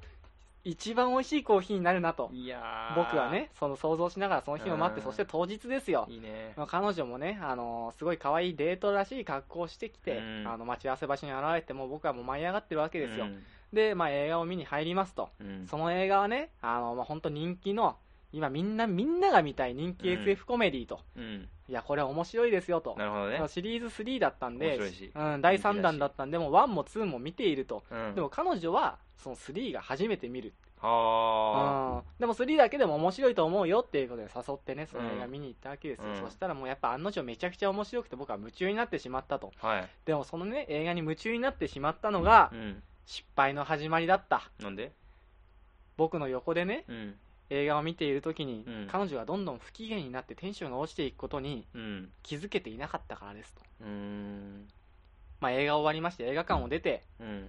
Speaker 1: 一番美味しいコーヒーになるなと
Speaker 2: いやー
Speaker 1: 僕は。ねその想像しながらその日を待って
Speaker 2: うん
Speaker 1: そして当日ですよ
Speaker 2: いいね。
Speaker 1: まあ彼女もね、あのーすごい可愛いデートらしい格好をしてきて、
Speaker 2: うん
Speaker 1: あの待ち合わせ場所に現れてもう僕はもう舞い上がってるわけですよ、
Speaker 2: うん
Speaker 1: で、まあ、映画を見に入りますと、
Speaker 2: うん。
Speaker 1: その映画はね、あのまあ、本当人気の今みんなみんなが見たい人気
Speaker 2: うん
Speaker 1: SF コメディと、
Speaker 2: うん。
Speaker 1: いやこれ面白いですよと
Speaker 2: なるほどね
Speaker 1: まあ。シリーズ3だったん
Speaker 2: 面
Speaker 1: で
Speaker 2: 白いし
Speaker 1: うん、第3弾だったんでもう1も2も見ていると、
Speaker 2: うん
Speaker 1: でも彼女はその3が初めて見る
Speaker 2: は
Speaker 1: うんでも3だけでも面白いと思うよっていうことで誘ってねその映画見に行ったわけですよ、
Speaker 2: うん
Speaker 1: そしたらもうやっぱ案の定めちゃくちゃ面白くて僕は夢中になってしまったと
Speaker 2: あ。はい。
Speaker 1: でもそのね映画に夢中になってしまったのが
Speaker 2: うん。
Speaker 1: 失敗の始まりだった
Speaker 2: なんで
Speaker 1: 僕の横でね
Speaker 2: うん。
Speaker 1: 映画を見ている時に、
Speaker 2: うん
Speaker 1: 彼女がどんどん不機嫌になってテンションが落ちていくことに
Speaker 2: うん。
Speaker 1: 気づけていなかったからですと、
Speaker 2: うーん。
Speaker 1: まあ、映画終わりまして映画館を出て、
Speaker 2: うん。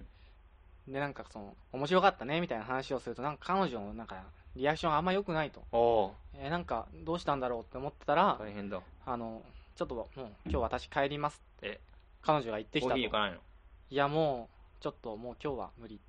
Speaker 1: でなんかその面白かったねみたいな話をするとなんか彼女のなんかリアクションあんま良くないと、
Speaker 2: おお
Speaker 1: えーなんかどうしたんだろうって思ってたら、
Speaker 2: 大変だ。
Speaker 1: あの、ちょっともう今日私帰りますって
Speaker 2: え、
Speaker 1: 彼女が言ってき
Speaker 2: コ
Speaker 1: たと。
Speaker 2: ーヒー行か
Speaker 1: い
Speaker 2: ないの
Speaker 1: やもう、ちょっともう今日は無理って。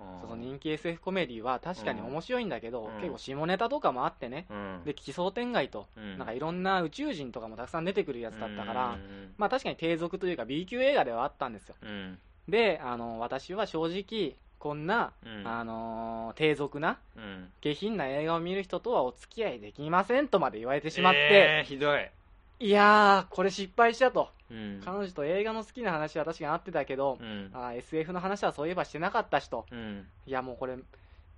Speaker 2: あー
Speaker 1: その人気 SF コメディは確かに面白いんだけど、
Speaker 2: うん
Speaker 1: 結構下ネタとかもあってね、
Speaker 2: うん。
Speaker 1: で、奇想天外と、
Speaker 2: うん、
Speaker 1: なんかいろんな宇宙人とかもたくさん出てくるやつだったから、
Speaker 2: うん
Speaker 1: まあ確かに低俗というか B 級映画ではあったんですよ。
Speaker 2: うん。
Speaker 1: で、あの、私は正直、こんな、
Speaker 2: うん。
Speaker 1: あのー低俗な、
Speaker 2: うん。
Speaker 1: 下品な映画を見る人とはお付き合いできませんとまで言われてしまって、
Speaker 2: えーひどい。
Speaker 1: いやー、これ失敗したと。
Speaker 2: うん。
Speaker 1: 彼女と映画の好きな話は確かに合ってたけど、
Speaker 2: うん。
Speaker 1: あー SF の話はそういえばしてなかったしと
Speaker 2: うん。
Speaker 1: いやもうこれ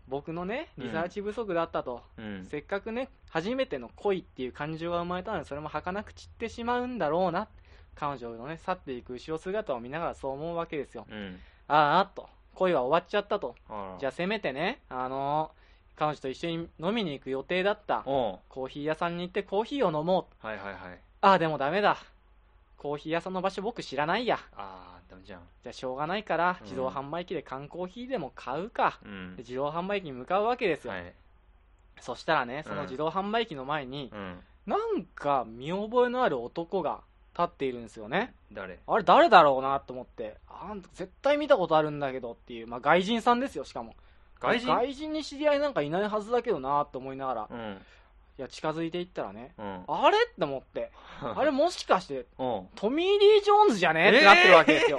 Speaker 1: 僕のねリサーチ不足だったと、
Speaker 2: うん。
Speaker 1: せっかくね初めての恋っていう感情が生まれたのにそれも儚く散ってしまうんだろうな彼女のね去っていく後ろ姿を見ながらそう思うわけですよ
Speaker 2: うん。
Speaker 1: あーあと恋は終わっちゃったと
Speaker 2: あら
Speaker 1: じゃあせめてねあのー彼女と一緒に飲みに行く予定だった
Speaker 2: おう
Speaker 1: コーヒー屋さんに行ってコーヒーを飲もう
Speaker 2: はいはいはい
Speaker 1: ああでもダメだコーヒー屋さんの場所僕知らないや
Speaker 2: あーダメじゃん
Speaker 1: じゃあしょうがないから
Speaker 2: うん
Speaker 1: 自動販売機で缶コーヒーでも買うか、
Speaker 2: うん
Speaker 1: で自動販売機に向かうわけですよ、
Speaker 2: はい
Speaker 1: そしたらねその
Speaker 2: うん
Speaker 1: 自動販売機の前に、
Speaker 2: うん
Speaker 1: なんか見覚えのある男が立っているんですよね
Speaker 2: 誰
Speaker 1: あれ誰だろうなと思ってあん絶対見たことあるんだけどっていう、まあ、外人さんですよしかも
Speaker 2: 外人
Speaker 1: 外人に知り合いなんかいないはずだけどなと思いながら
Speaker 2: うん
Speaker 1: いや近づいていったらね
Speaker 2: うん
Speaker 1: あれって思
Speaker 2: (laughs)
Speaker 1: ってあれもしかして
Speaker 2: おう
Speaker 1: トミー・リー・ジョーンズじゃねってなってるわけ
Speaker 2: (laughs)
Speaker 1: ですよ、 (laughs)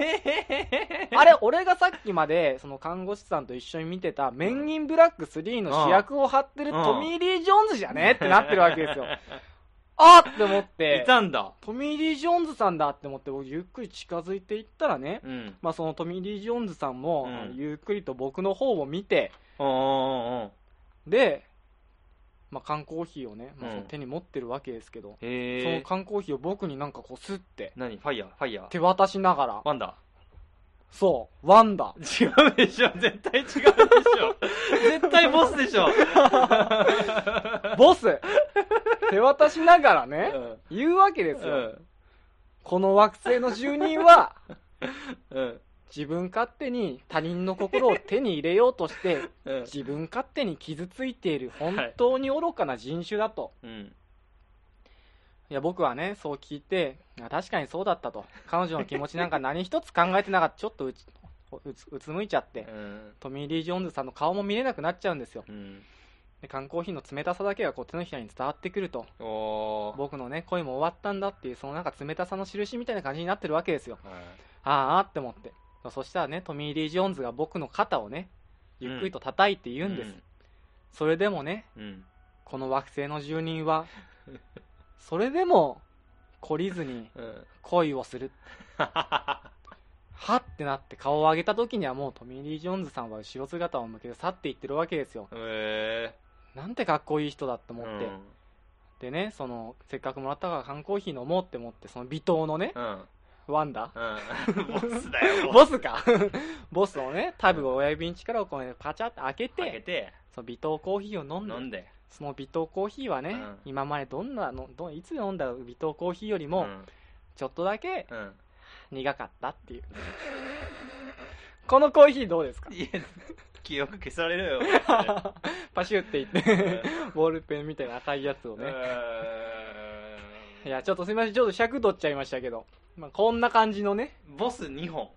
Speaker 1: あれ俺がさっきまでその看護師さんと一緒に見てた「メン・イン・ブラック3」の主役を張ってる
Speaker 2: うん
Speaker 1: トミー・リー・ジョーンズじゃねってなってるわけ
Speaker 2: (laughs)
Speaker 1: ですよあーって思っ
Speaker 2: い
Speaker 1: て
Speaker 2: たんだ
Speaker 1: トミー・リー・ジョーンズさんだって思って僕ゆっくり近づいていったらね、
Speaker 2: うん
Speaker 1: まあ、そのトミー・リー・ジョーンズさんも、
Speaker 2: うん
Speaker 1: あのゆっくりと僕の方を見て
Speaker 2: おうおうおうおう
Speaker 1: で、まあ、缶コーヒーをね、まあ、
Speaker 2: うん
Speaker 1: その手に持ってるわけですけど、そ
Speaker 2: へ
Speaker 1: の
Speaker 2: え
Speaker 1: 缶コーヒーを僕になんかこうすって
Speaker 2: 何ファイヤーファイヤー
Speaker 1: 手渡しながら
Speaker 2: ワンダ
Speaker 1: そうワンダ
Speaker 2: 違うでしょ絶対違うでし (laughs) ょ絶対ボスでしょ
Speaker 1: ボス手渡しながらね、
Speaker 2: うん
Speaker 1: 言うわけです
Speaker 2: う
Speaker 1: よ、
Speaker 2: ん
Speaker 1: この惑星の住人
Speaker 2: (laughs)
Speaker 1: は
Speaker 2: うん
Speaker 1: 自分勝手に他人の心を手に入れようとして
Speaker 2: うん
Speaker 1: 自分勝手に傷ついている本当に愚かな人種だと、
Speaker 2: うん
Speaker 1: い、や僕はねそう聞いてあ確かにそうだったと彼女の気持ちなんか何一つ考えてなかったちょっとうちうつうつむいちゃって、
Speaker 2: うん
Speaker 1: トミー・リー・ジョーンズさんの顔も見れなくなっちゃうんですよ
Speaker 2: うん
Speaker 1: で缶コーヒーの冷たさだけがこう手のひらに伝わってくると
Speaker 2: おー
Speaker 1: 僕のね恋も終わったんだっていうそのなんか冷たさの印みたいな感じになってるわけですよ
Speaker 2: はい
Speaker 1: あーあーって思ってそしたらねトミー・リー・ジョーンズが僕の肩をねゆっくりと叩いて言うんです、それでもね
Speaker 2: うん
Speaker 1: この惑星の住人
Speaker 2: (laughs)
Speaker 1: はそれでも懲りずに
Speaker 2: うん
Speaker 1: 恋をするはってなって顔を上げた時にはもうトミー・リー・ジョーンズさんは後ろ姿を向けて去っていってるわけですよ
Speaker 2: (laughs) へえ
Speaker 1: なんてかっこいい人だって思
Speaker 2: う
Speaker 1: って、
Speaker 2: ん
Speaker 1: でねそのせっかくもらったから缶コーヒー飲もうって思ってその微糖のね
Speaker 2: (laughs) うん
Speaker 1: ワンダ
Speaker 2: うんボスだよ
Speaker 1: ボスかボスをねタブを親指に力を込めてパチャって開け
Speaker 2: 開け
Speaker 1: て
Speaker 2: て
Speaker 1: その微糖コーヒーを飲んで
Speaker 2: 飲んで
Speaker 1: その微糖コーヒーはね、
Speaker 2: うん
Speaker 1: 今までどんなのどいつ飲んだ微糖コーヒーより
Speaker 2: う
Speaker 1: も
Speaker 2: ん
Speaker 1: ちょっとだけ
Speaker 2: うん
Speaker 1: 苦かったっていう、 (laughs) このコーヒーどうですか (laughs)
Speaker 2: いや記憶消され (laughs) るよ
Speaker 1: パシュっていって (laughs) ボールペンみたいな赤いやつをね、
Speaker 2: う
Speaker 1: い
Speaker 2: ん
Speaker 1: やちょっとすみませんちょっと尺取っちゃいましたけど、まあ、こんな感じのね
Speaker 2: ボス2本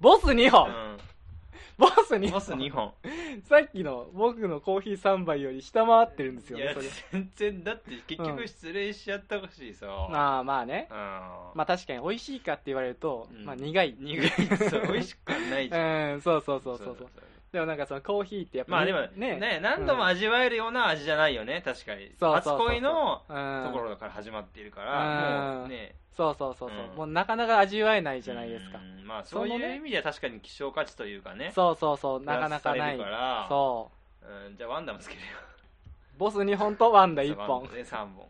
Speaker 1: ボス2本、
Speaker 2: う
Speaker 1: ボス2本
Speaker 2: んボス2本
Speaker 1: さっきの僕のコーヒー3杯より下回ってるんですよ
Speaker 2: い
Speaker 1: ね
Speaker 2: や
Speaker 1: それ
Speaker 2: 全然だって結
Speaker 1: う
Speaker 2: 局
Speaker 1: ん
Speaker 2: 失礼しちゃったしさ
Speaker 1: まあまあね
Speaker 2: うん
Speaker 1: まあ確かに美味しいかって言われると、
Speaker 2: うん
Speaker 1: まあ苦い
Speaker 2: 苦いそう美味しくはないじゃん
Speaker 1: うんそうそうそうそうそうでもなんかそのコーヒーってやっぱ
Speaker 2: まあでも
Speaker 1: ね
Speaker 2: ね何度も味わえるような味じゃないよね確かに
Speaker 1: そうそう
Speaker 2: 初
Speaker 1: そうそう
Speaker 2: 恋の
Speaker 1: うん
Speaker 2: ところから始まっているから
Speaker 1: うん
Speaker 2: もうね
Speaker 1: そうそうそうそう、
Speaker 2: うん
Speaker 1: もうなかなか味わえないじゃないですか、
Speaker 2: うんまあ
Speaker 1: その
Speaker 2: そう
Speaker 1: ね
Speaker 2: いう意味では確かに希少価値というかね
Speaker 1: そうそうそうなかなか
Speaker 2: プラスさ
Speaker 1: な
Speaker 2: れ
Speaker 1: い
Speaker 2: るから
Speaker 1: そう
Speaker 2: うんじゃあワンダもつけるよ
Speaker 1: ボス2本とワンダ1
Speaker 2: ワ
Speaker 1: 本
Speaker 2: ンダで3本はい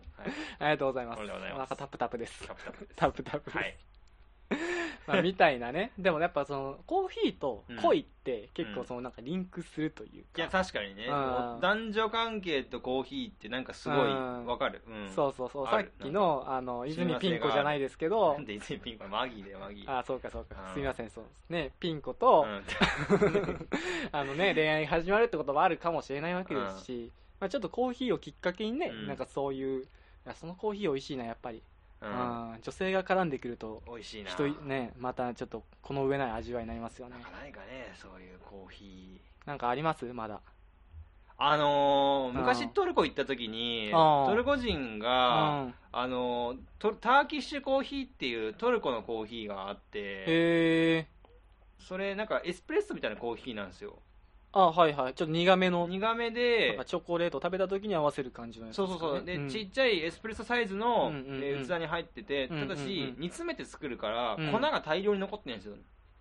Speaker 1: ありがとうございます
Speaker 2: ありがとうございます
Speaker 1: お腹タプタプです
Speaker 2: タプタプです
Speaker 1: タプタプです、
Speaker 2: はい
Speaker 1: まあみたいなねでもやっぱそのコーヒーと恋って結構そのなんかリンクするという
Speaker 2: いや
Speaker 1: か、
Speaker 2: 確かにね
Speaker 1: うん
Speaker 2: 男女関係とコーヒーってなんかすごい
Speaker 1: うん
Speaker 2: わかるうん
Speaker 1: そうそうそうさ
Speaker 2: あ
Speaker 1: っ
Speaker 2: る
Speaker 1: きのあの泉ピン子じゃないですけど
Speaker 2: なんでいつもピンクマギーだよマギー
Speaker 1: あそうかそうか、
Speaker 2: うん
Speaker 1: すみませんそうですねピン子と、
Speaker 2: うん
Speaker 1: あの
Speaker 2: (laughs)
Speaker 1: ね、恋愛が始まるってこともあるかもしれないわけですし、まあ、ちょっとコーヒーをきっかけにね、
Speaker 2: うん
Speaker 1: なんかそういう、いやそのコーヒー美味しいな、やっぱり、
Speaker 2: うん
Speaker 1: うん女性が絡んでくると、
Speaker 2: 美味しいな
Speaker 1: 人い、ね、またちょっとこの上ない味わいになりますよね
Speaker 2: なん。かないかねそういうコーヒー
Speaker 1: なんかありますまだ。
Speaker 2: あのー
Speaker 1: うん
Speaker 2: 昔トルコ行った時に
Speaker 1: あー
Speaker 2: トルコ人
Speaker 1: う
Speaker 2: が
Speaker 1: ん、
Speaker 2: あのートターキッシュコーヒーっていうトルコのコーヒーがあって
Speaker 1: へえ。
Speaker 2: それなんかエスプレッソみたいなコーヒーなんですよ
Speaker 1: あ、はいはい。ちょっと苦めの、
Speaker 2: 苦め
Speaker 1: なん
Speaker 2: で
Speaker 1: かチョコレート食べた時に合わせる感じのやつ
Speaker 2: そう
Speaker 1: です
Speaker 2: そ
Speaker 1: か
Speaker 2: う
Speaker 1: ね、
Speaker 2: そうで、
Speaker 1: ん
Speaker 2: ちっちゃいエスプレッソサイズ
Speaker 1: う
Speaker 2: の、
Speaker 1: んうんうん
Speaker 2: えー器に入ってて
Speaker 1: うんうんう
Speaker 2: た
Speaker 1: ん
Speaker 2: だし、煮詰めて作るから、
Speaker 1: うん
Speaker 2: 粉が大量に残ってないんですよ
Speaker 1: あ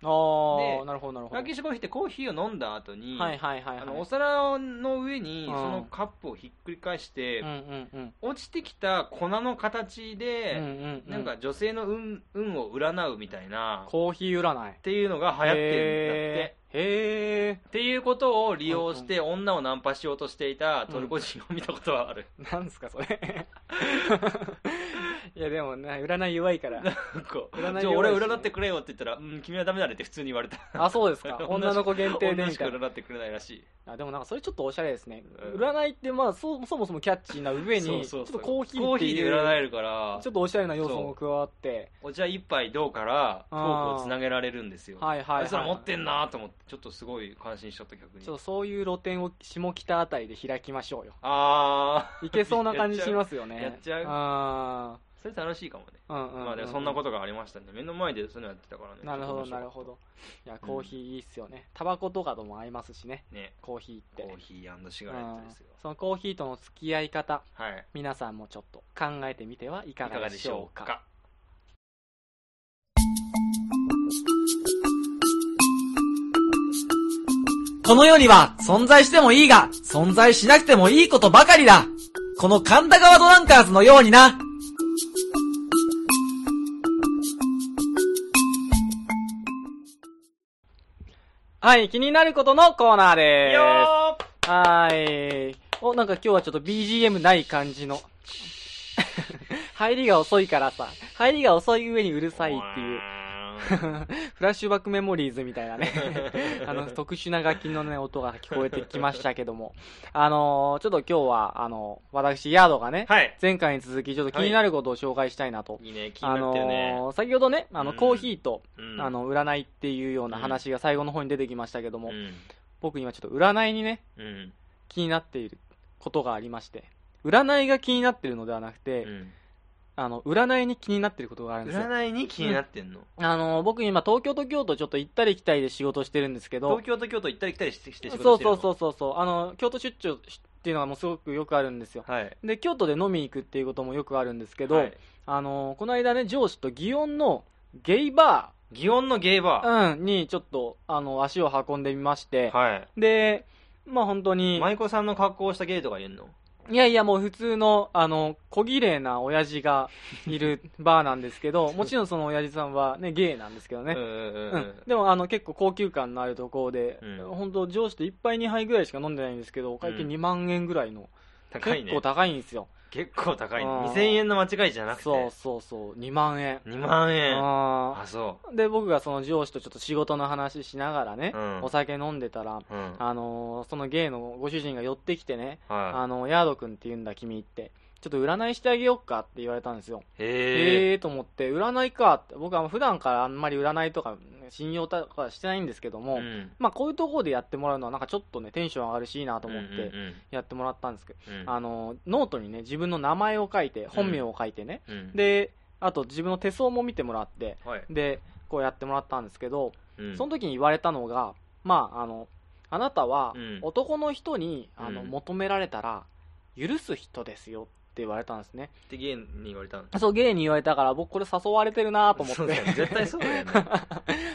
Speaker 2: で
Speaker 1: あ、なるほどなるほ
Speaker 2: ラーキッ
Speaker 1: ど。
Speaker 2: シュコーヒーってコーヒーを飲んだ後に、
Speaker 1: はいはいはい、はい。
Speaker 2: あのお皿の上に
Speaker 1: う
Speaker 2: そ
Speaker 1: ん
Speaker 2: のカップをひっくり返して、
Speaker 1: うんうんうん。
Speaker 2: 落ちてきた粉の形
Speaker 1: うん
Speaker 2: で、
Speaker 1: うんうん、
Speaker 2: なんか女性の運運を占うみたいなっ
Speaker 1: コーヒー占い。
Speaker 2: ていうのが流行ってるんだって
Speaker 1: へへえ
Speaker 2: っていうことを利用して女をナンパしようとしていたトルコ人を見たこ
Speaker 1: (laughs)
Speaker 2: とはある、
Speaker 1: なんですかそれ (laughs) いやでもな占い弱いから
Speaker 2: なんか
Speaker 1: 占い弱いし
Speaker 2: じゃあ俺占ってくれよって言ったら「うん君はダメだね」って普通に言われた
Speaker 1: あそう
Speaker 2: (laughs)
Speaker 1: ですか女の子限定で
Speaker 2: 女
Speaker 1: み
Speaker 2: しか
Speaker 1: たいな
Speaker 2: 占ってくれないらしい
Speaker 1: あでもなんかそれちょっとおしゃれですね、
Speaker 2: うん
Speaker 1: 占いってまあそそもそもキャッチーな上に
Speaker 2: そうそう
Speaker 1: ちょ
Speaker 2: そ
Speaker 1: っ
Speaker 2: う
Speaker 1: とコーヒ
Speaker 2: コ
Speaker 1: ー
Speaker 2: ー
Speaker 1: って
Speaker 2: ヒーで
Speaker 1: いう
Speaker 2: 占えるから
Speaker 1: ちょっとおしゃれな要素も加わって
Speaker 2: お茶一杯どうからトークをつなげられるんですよ
Speaker 1: はいはいはい
Speaker 2: あいつら持ってんなと思ってちょっとすごい感心しちゃった逆に
Speaker 1: ちょっとそういう露店を下北あたりで開きましょう
Speaker 2: (laughs)
Speaker 1: よ
Speaker 2: ああ
Speaker 1: いけそうな感じしますよね
Speaker 2: やっちゃう
Speaker 1: あ
Speaker 2: それ楽しいかもね
Speaker 1: ーうんうんうん、
Speaker 2: まあでもそんなことがありましたね目の前でそういうのやってたからね
Speaker 1: なるほどなる
Speaker 2: ど
Speaker 1: ほどいやコーヒーいいっすよねタバコとかとも合いますしね
Speaker 2: ね
Speaker 1: コーヒーって
Speaker 2: コーヒーシガレットですよ
Speaker 1: うんそのコーヒーとの付き合い方
Speaker 2: はい
Speaker 1: 皆さんもちょっと考えてみてはいか
Speaker 2: いか
Speaker 1: が
Speaker 2: が
Speaker 1: で
Speaker 2: で
Speaker 1: し
Speaker 2: し
Speaker 1: ょ
Speaker 2: ょ
Speaker 1: う
Speaker 2: う
Speaker 1: か
Speaker 2: か
Speaker 3: この世には存在してもいいが、存在しなくてもいいことばかりだ。この神田川ドランカーズのようにな。
Speaker 1: はい気になることのコーナーで
Speaker 2: よ
Speaker 1: ー
Speaker 2: ー
Speaker 1: すはーいおなんか今日はちょっと BGM ない感じの (laughs) 入りが遅いからさ入りが遅い上にうるさいっていうフラッシュバックメモリーズみたいな
Speaker 2: (laughs)
Speaker 1: ねあの特殊な楽器のね音が聞こえてきましたけどもあのーちょっと今日はあの私ヤードがね、
Speaker 2: はい
Speaker 1: 前回に続きちょっと気になることを紹介したいなと、
Speaker 2: いいね気に
Speaker 1: あ
Speaker 2: なってるね、
Speaker 1: のー先ほどねあの
Speaker 2: うん
Speaker 1: コーヒーと、
Speaker 2: うん
Speaker 1: あの占いっていうような話が最後の方に出てきましたけども、
Speaker 2: うん
Speaker 1: 僕今ちょっと占いにね
Speaker 2: うん
Speaker 1: 気になっていることがありまして占いが気になってるのではなくて、
Speaker 2: うん
Speaker 1: あの占いに気になってることがあるんですよ
Speaker 2: 占いに気になってんの、
Speaker 1: あのー僕今東京と京都ちょっと行ったり来たりで仕事してるんですけど
Speaker 2: 東京と京都行ったり来たりしてして仕
Speaker 1: そう
Speaker 2: 事してる
Speaker 1: そ
Speaker 2: の
Speaker 1: うそうそうそうあの京都出張っていうのがもうすごくよくあるんですよ
Speaker 2: はい
Speaker 1: で京都で飲みに行くっていうこともよくあるんですけど、
Speaker 2: はい
Speaker 1: あのーこの間ね上司と祇園のゲイバ
Speaker 2: 祇園のゲーバ
Speaker 1: ー、うん、にちょっとあの足を運んでみまして、
Speaker 2: ーは
Speaker 1: でまあ本当
Speaker 2: い
Speaker 1: に
Speaker 2: 舞妓さんの格好をしたゲイとか言うの
Speaker 1: いやいやもう普通のあの小綺麗な親父がいるバーなんですけ
Speaker 2: (laughs)
Speaker 1: どもちろんその親父さんはねゲイなんですけどね、
Speaker 2: うんうんう
Speaker 1: うんんでもあの結構高級感のあるところで、
Speaker 2: うん
Speaker 1: 本当上司と1杯2杯ぐらいしか飲んでないんですけどお会計
Speaker 2: うん
Speaker 1: 2万円ぐらいの、
Speaker 2: 高い
Speaker 1: 結
Speaker 2: ね
Speaker 1: 構高いんですよ、
Speaker 2: 結構高いね
Speaker 1: うん
Speaker 2: 2000円の間違いじゃなくて
Speaker 1: そうそうそう2万円
Speaker 2: 2万円
Speaker 1: あ
Speaker 2: あそ
Speaker 1: ーで僕がその上司とちょっと仕事の話しながらね、
Speaker 2: うん
Speaker 1: お酒飲んでたら
Speaker 2: ううん
Speaker 1: あのーその芸のご主人が寄ってきてね、
Speaker 2: は
Speaker 1: あのヤード君って言うんだ君ってちょっと占いしてあげよっかって言われたんですよ
Speaker 2: い
Speaker 1: え
Speaker 2: へえ
Speaker 1: えーと思って占いかって僕は普段からあんまり占いとか信用とかしてないんですけども、
Speaker 2: うん
Speaker 1: まあこういうところでやってもらうのはなんかちょっとねテンション上がるしいいなと思っ
Speaker 2: うん
Speaker 1: てやってもらったんですけど、
Speaker 2: うんうん
Speaker 1: あのーノートにね自分の名前を書いて本名を書いてね、
Speaker 2: うん
Speaker 1: であと自分の手相も見てもらって
Speaker 2: はい
Speaker 1: でこうやってもらったんですけど、
Speaker 2: うん
Speaker 1: その時に言われたのがまああのあなたは
Speaker 2: うん
Speaker 1: 男の人にあの
Speaker 2: うん
Speaker 1: 求められたら許す人ですよって言われたんですね
Speaker 2: ってゲイに言われたの
Speaker 1: そうゲイに言われたから僕これ誘われてるなと思っ
Speaker 2: そうだよ
Speaker 1: (laughs)
Speaker 2: ね
Speaker 1: て
Speaker 2: 絶対そうだよね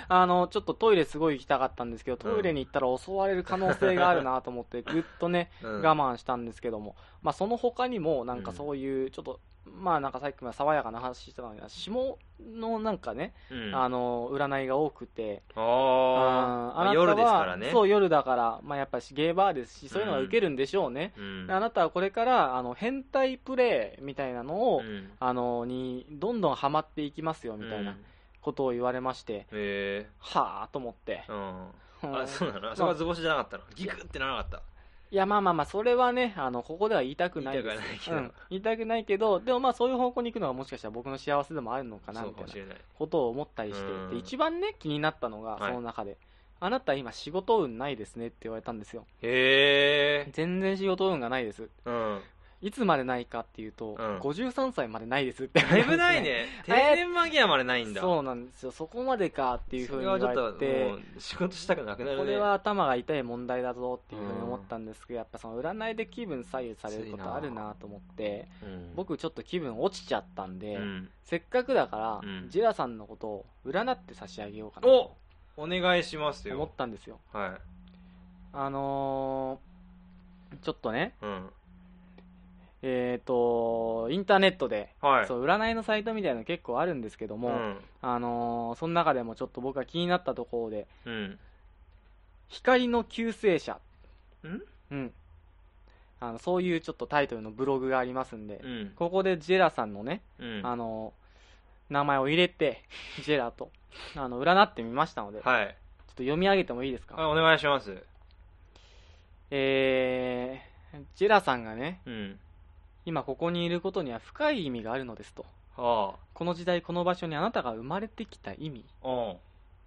Speaker 1: あのちょっとトイレすごい行きたかったんですけどトイレに行ったら襲われる可能性があるなと思
Speaker 2: (laughs)
Speaker 1: ってぐっとね
Speaker 2: うん
Speaker 1: 我慢したんですけども、まあ、その他にもなんかそういうちょっと、まあなんかさっきも爽やかな話してたのに下のなんかね、
Speaker 2: うん
Speaker 1: あの占いが多くて、
Speaker 2: あー
Speaker 1: あなたは
Speaker 2: 夜ですからね
Speaker 1: そう夜だから、まあ、やっぱしゲーバーですしそういうのが受けるんでしょうね、
Speaker 2: うん
Speaker 1: あなたはこれからあの変態プレイみたいなのを、
Speaker 2: うん
Speaker 1: あのにどんどんハマっていきますよみたいな
Speaker 2: うん
Speaker 1: ことを言われまして、
Speaker 2: へえ
Speaker 1: はあと思って、
Speaker 2: うん
Speaker 1: うん
Speaker 2: あそうなのあそこは図星じゃなかったのギクってならなかった
Speaker 1: いやまあまあまあそれはねあのここでは言いたくないです
Speaker 2: 言いたくないけど
Speaker 1: うん言いたくないけどでもまあそういう方向に行くのがもしかしたら僕の幸せでもあるのかな
Speaker 2: そ
Speaker 1: み
Speaker 2: う
Speaker 1: たい
Speaker 2: かも
Speaker 1: な
Speaker 2: しれない
Speaker 1: ことを思ったりして、
Speaker 2: うん
Speaker 1: で一番ね気になったのが
Speaker 2: はい
Speaker 1: その中で、あなた今仕事運ないですねって言われたんですよ
Speaker 2: へえ
Speaker 1: 全然仕事運がないです
Speaker 2: うん
Speaker 1: いつまでないかっていうと、
Speaker 2: うん
Speaker 1: 53歳までないですって
Speaker 2: だいぶないね定年間際までないん
Speaker 1: (laughs)
Speaker 2: だ
Speaker 1: そうなんですよそこまでかっていうふう
Speaker 2: そ
Speaker 1: に
Speaker 2: れ
Speaker 1: 言わ
Speaker 2: はちょっ
Speaker 1: れ
Speaker 2: と
Speaker 1: て
Speaker 2: もう仕事したくなくなる
Speaker 1: こ
Speaker 2: ね
Speaker 1: れは頭が痛い問題だぞっていうふうに思ったんですけど、やっぱその占いで気分左右されることあるなと思って
Speaker 2: うん
Speaker 1: 僕ちょっと気分落ちちゃったんで、
Speaker 2: うん
Speaker 1: せっかくだから、
Speaker 2: うん
Speaker 1: ジェラさんのことを占って差し上げようかな
Speaker 2: お
Speaker 1: と
Speaker 2: お願いします
Speaker 1: 思っ
Speaker 2: よ
Speaker 1: たんですよ
Speaker 2: は
Speaker 1: あのーちょっとね
Speaker 2: いうん
Speaker 1: えっ、とインターネットで、
Speaker 2: はい
Speaker 1: そう占いのサイトみたいなの結構あるんですけども、
Speaker 2: うん
Speaker 1: あのーその中でもちょっと僕が気になったところで
Speaker 2: うん
Speaker 1: 光の救世者。
Speaker 2: ん
Speaker 1: うん。あの、そういうちょっとタイトルのブログがありますんで、
Speaker 2: うん。
Speaker 1: ここでジェラさんのね、
Speaker 2: うん。
Speaker 1: あの、名前を入れて、 (laughs) ジェラと、あの、占ってみましたので、ちょっ
Speaker 2: はい。
Speaker 1: と読み上げてもいいですか
Speaker 2: あお願いします。
Speaker 1: えー、ジェラさんがね、
Speaker 2: うん。
Speaker 1: 今ここにいることには深い意味があるのですと。
Speaker 2: は
Speaker 1: この時代、この場所にあなたが生まれてきた意味
Speaker 2: あ。お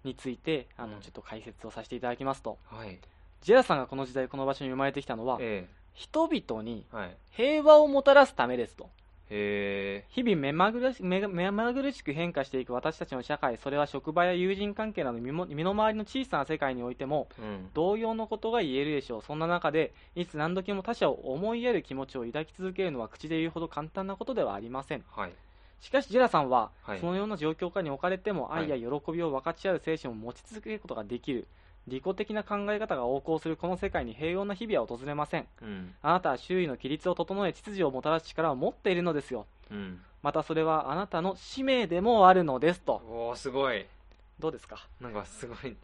Speaker 1: について、あの、
Speaker 2: うん
Speaker 1: ちょっと解説をさせていただきますと、
Speaker 2: うん。はい。
Speaker 1: ジェラさんがこの時代、この場所に生まれてきたのは、
Speaker 2: え
Speaker 1: 人々に
Speaker 2: え。はい。
Speaker 1: 平和をもたらすためですと。
Speaker 2: へえ。
Speaker 1: 日々目まぐるし目が目まぐるしく変化していく私たちの社会、それは職場や友人関係など身も身の回りの小さな世界においても、
Speaker 2: うん。
Speaker 1: 同様のことが言えるでしょう。そんな中で、いつ何時も他者を思いやる気持ちを抱き続けるのは口で言うほど簡単なことではありません。
Speaker 2: はい。
Speaker 1: しかし、ジェラさんは、
Speaker 2: はい
Speaker 1: そのような状況下に置かれても
Speaker 2: は
Speaker 1: 愛
Speaker 2: い
Speaker 1: や喜びを分かち合う精神を持ち続けることができる。利己的な考え方が横行するこの世界に平穏な日々は訪れません。
Speaker 2: うん。
Speaker 1: あなたは周囲の規律を整え秩序をもたらす力を持っているのですよ。
Speaker 2: うん。
Speaker 1: またそれはあなたの使命でもあるのですと。
Speaker 2: おおすごい。
Speaker 1: どうですか
Speaker 2: なんかすごい、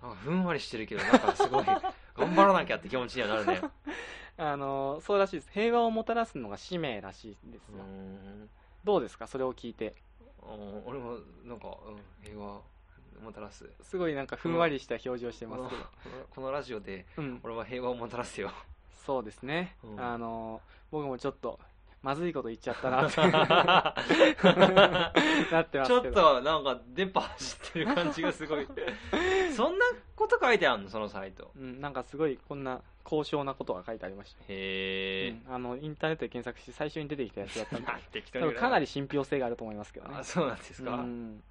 Speaker 2: なんかふんわりしてるけど、なんかすご (laughs) い、頑張らなきゃって気持ちにはなるね。
Speaker 1: あのーそうらしいです。平和をもたらすのが使命らしいんです
Speaker 2: うー
Speaker 1: よ。
Speaker 2: ん。
Speaker 1: どうですかそれを聞いて。
Speaker 2: うん俺も、なんか、うん、平和をもたらす。
Speaker 1: すごいなんかふんわりした表情して
Speaker 2: こ
Speaker 1: ます
Speaker 2: の
Speaker 1: けど。
Speaker 2: このラジオで、
Speaker 1: うん。
Speaker 2: 俺は平和をもたらすよ。
Speaker 1: そうですね。
Speaker 2: うん
Speaker 1: あのー僕もちょっと、まずいこと言っちゃったなって
Speaker 2: (laughs)
Speaker 1: な
Speaker 2: ち
Speaker 1: ってます
Speaker 2: ょ
Speaker 1: け
Speaker 2: っ
Speaker 1: ど。
Speaker 2: と、なんか、電波走ってる感じがすご
Speaker 1: (laughs)
Speaker 2: い。そんなこと書いてあるのそのサイト。
Speaker 1: うん、なんかすごいこんな高尚なことが書いてありました。
Speaker 2: へえ。、
Speaker 1: うんあの、インターネットで検索して最初に出てきたやつだったんで
Speaker 2: 適当
Speaker 1: 多
Speaker 2: に
Speaker 1: 分かなり信憑性があると思いますけどね
Speaker 2: あ、。そうなんですか。
Speaker 1: うん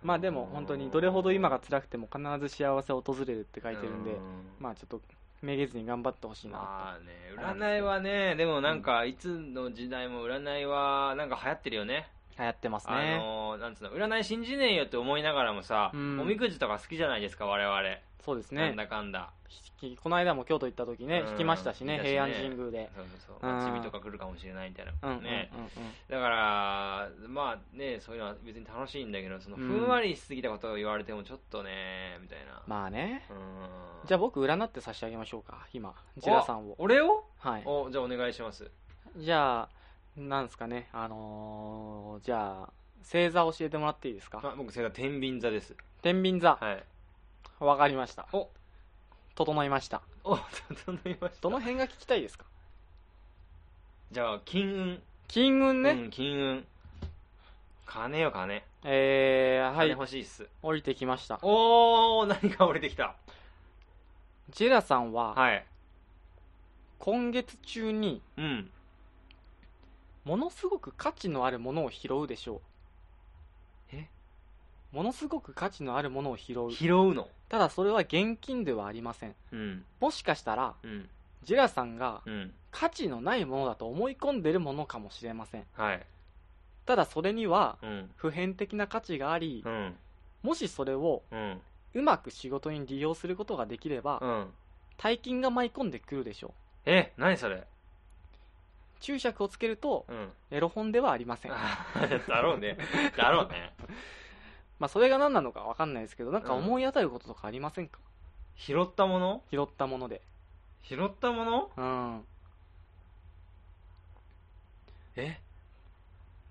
Speaker 1: まあでも本当にどれほど今が辛くても必ず幸せを訪れるって書いてるんで
Speaker 2: う、
Speaker 1: まあちょっとめげずに頑張ってほしいな
Speaker 2: まあね、占いはね、でもなんか、いつの時代も占いは、なんか流行ってるよね。
Speaker 1: と。流行ってます
Speaker 2: あ
Speaker 1: ね。
Speaker 2: のー、なんつうの、占い信じねえよって思いながらもさ、
Speaker 1: うん
Speaker 2: おみくじとか好きじゃないですか、我々。
Speaker 1: そうです
Speaker 2: な
Speaker 1: ね
Speaker 2: ん。だかんだ。
Speaker 1: ひこの間も京都行った時ね
Speaker 2: う、ん
Speaker 1: 引きましたしね、
Speaker 2: 引き
Speaker 1: 平
Speaker 2: だし
Speaker 1: 安
Speaker 2: ね
Speaker 1: 神宮で。
Speaker 2: そうそうそう。
Speaker 1: うん
Speaker 2: まあチビとか来るかもしれないみたいな。
Speaker 1: うんうんうんうん
Speaker 2: ね。だから、まあね、そういうのは別に楽しいんだけど、その、
Speaker 1: う
Speaker 2: ふ
Speaker 1: ん
Speaker 2: んわりしすぎたことを言われてもちょっとね、みたいな。
Speaker 1: まあね。
Speaker 2: うん
Speaker 1: じゃあ僕占って差し上げましょうか、今。ジェラさんを
Speaker 2: あ。俺を
Speaker 1: はい。
Speaker 2: お、じゃあお願いします。
Speaker 1: じゃあ、なんですかね、あのー、じゃあ、星座教えてもらっていいですか
Speaker 2: あ僕、それが天秤座です。
Speaker 1: 天秤座。
Speaker 2: はい。
Speaker 1: わかりました。
Speaker 2: お
Speaker 1: 整いました。
Speaker 2: お、整いました。
Speaker 1: どの辺が聞きたいですか
Speaker 2: じゃあ、金
Speaker 1: 金運
Speaker 2: 運。
Speaker 1: ね、
Speaker 2: うん、金運。金よ、金。
Speaker 1: えー、は
Speaker 2: 金
Speaker 1: い
Speaker 2: 欲しいっす。
Speaker 1: 降りてきました
Speaker 2: おー、何か降りてきた。
Speaker 1: ジェラさんは
Speaker 2: はい。
Speaker 1: 今月中に
Speaker 2: うん。
Speaker 1: ものすごく価値のあるものを拾うでしょう
Speaker 2: え
Speaker 1: ものすごく価値のあるものを拾う
Speaker 2: 拾うの。
Speaker 1: ただそれは現金ではありません
Speaker 2: うん。
Speaker 1: もしかしたら
Speaker 2: うん。
Speaker 1: ジェラさんが
Speaker 2: うん。
Speaker 1: 価値のないものだと思い込んでるものかもしれません
Speaker 2: はい。
Speaker 1: ただそれには
Speaker 2: うん。
Speaker 1: 普遍的な価値があり
Speaker 2: うん。
Speaker 1: もしそれを
Speaker 2: うん。
Speaker 1: うまく仕事に利用することができれば
Speaker 2: うん。
Speaker 1: 大金が舞い込んでくるでしょう
Speaker 2: え、何それ
Speaker 1: 注釈をつけると
Speaker 2: うん。
Speaker 1: エロ本ではありません
Speaker 2: あー (laughs) だろうね。だろうね。
Speaker 1: まあ、それが何なのか分かんないですけど、なんか思い当たることとかありませんか、
Speaker 2: 拾ったもの
Speaker 1: 拾ったもので。
Speaker 2: 拾ったもの
Speaker 1: うん。
Speaker 2: え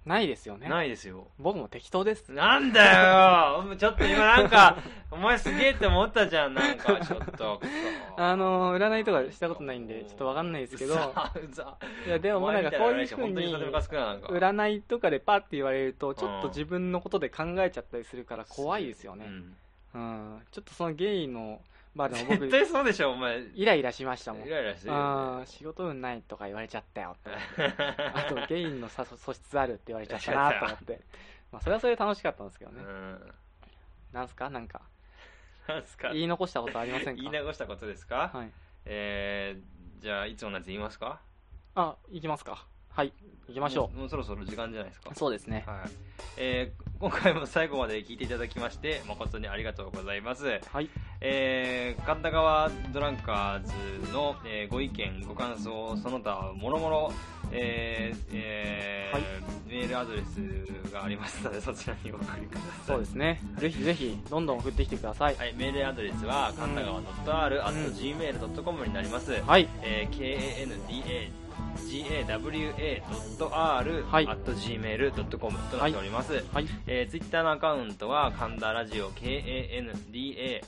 Speaker 1: ないですよね。
Speaker 2: ないですよ。
Speaker 1: 僕も適当です。
Speaker 2: なんだよ (laughs) ちょっと今なんか、お前すげえって思ったじゃん、なんか、ちょっと。
Speaker 1: (laughs) あのー、占いとかしたことないんで、ちょっと分かんないですけど、
Speaker 2: う (laughs) ざうざ
Speaker 1: いや、でももうなんかこういうふう
Speaker 2: 本当に
Speaker 1: に
Speaker 2: それムカつくな、なんか。
Speaker 1: 占いとかでパッて言われると、ちょっと
Speaker 2: うん
Speaker 1: 自分のことで考えちゃったりするから怖いですよ
Speaker 2: う
Speaker 1: ね。
Speaker 2: ん
Speaker 1: うん。ちょっとそのゲイの場でも
Speaker 2: (laughs) 絶
Speaker 1: 僕、
Speaker 2: 対そうでしょ、お前。
Speaker 1: イライラしましたもん
Speaker 2: イ。ライラしてるよ
Speaker 1: あー仕事運ないとか言われちゃったよって。
Speaker 2: (laughs) ね。
Speaker 1: あと、ゲイのさ素質あるって言われちゃったなと思
Speaker 2: (laughs)
Speaker 1: って。まあ、それはそれで楽しかったんですけど
Speaker 2: う
Speaker 1: ね。
Speaker 2: ん。
Speaker 1: なんすかなんか。
Speaker 2: なんすか
Speaker 1: 言い残したことありませんか
Speaker 2: 言い残したことですか、
Speaker 1: はい。
Speaker 2: えー、じゃあ、いつものやつ言いますか
Speaker 1: あ、行きますか。はい。行きましょ
Speaker 2: もう。もうそろそろ時間じゃないですか
Speaker 1: う。。そうですね。
Speaker 2: はい。えー今回も最後まで聞いていただきまして、誠にありがとうございます。
Speaker 1: はい。
Speaker 2: えー、神田川ドランカーズの、えーご意見、ご感想、その他、もろもろ、えーえー
Speaker 1: はい
Speaker 2: メールアドレスがありますので、そちらにお送りください。
Speaker 1: そうですね。ぜひぜひ、どんどん送ってきてください。
Speaker 2: はい、メールアドレスは、神田川 .r.gmail.com になります。
Speaker 1: はい。
Speaker 2: えー、
Speaker 1: はい
Speaker 2: kanda.gawa.r.gmail.com となっております。
Speaker 1: はい。
Speaker 2: えー、ツイッターのアカウントは、神田ラジオ、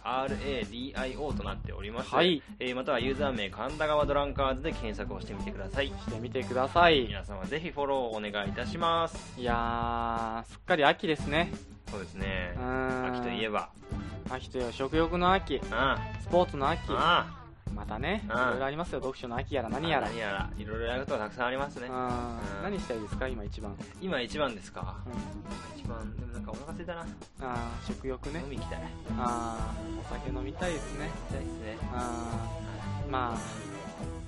Speaker 2: KANDARADIO となっております。
Speaker 1: はい
Speaker 2: えーまたはユーザー名、神田川ドランカーズで検索をしてみてください。
Speaker 1: してみてください。
Speaker 2: 皆様ぜひフォローをお願いいたします。
Speaker 1: いやー、すっかり秋ですね。
Speaker 2: そうですね
Speaker 1: う。ーん。
Speaker 2: 秋といえ
Speaker 1: ば。
Speaker 2: ば、
Speaker 1: 秋といえば食欲の秋、
Speaker 2: あ
Speaker 1: スポーツの秋、
Speaker 2: あ、あ
Speaker 1: またね、
Speaker 2: う
Speaker 1: い
Speaker 2: ん
Speaker 1: ろいろありますよ。読書の秋やら
Speaker 2: あ、
Speaker 1: 何やら。
Speaker 2: 何やら、いろいろやることがたくさんありますね
Speaker 1: うん。何したいですか今一番。
Speaker 2: 今一番ですか
Speaker 1: うん
Speaker 2: 一番、でもなんかお腹空いたな。
Speaker 1: あー食欲ね
Speaker 2: 飲。み行きたい。
Speaker 1: あー、お酒飲みたいですね。
Speaker 2: 行きたいですね。
Speaker 1: あー、まあ、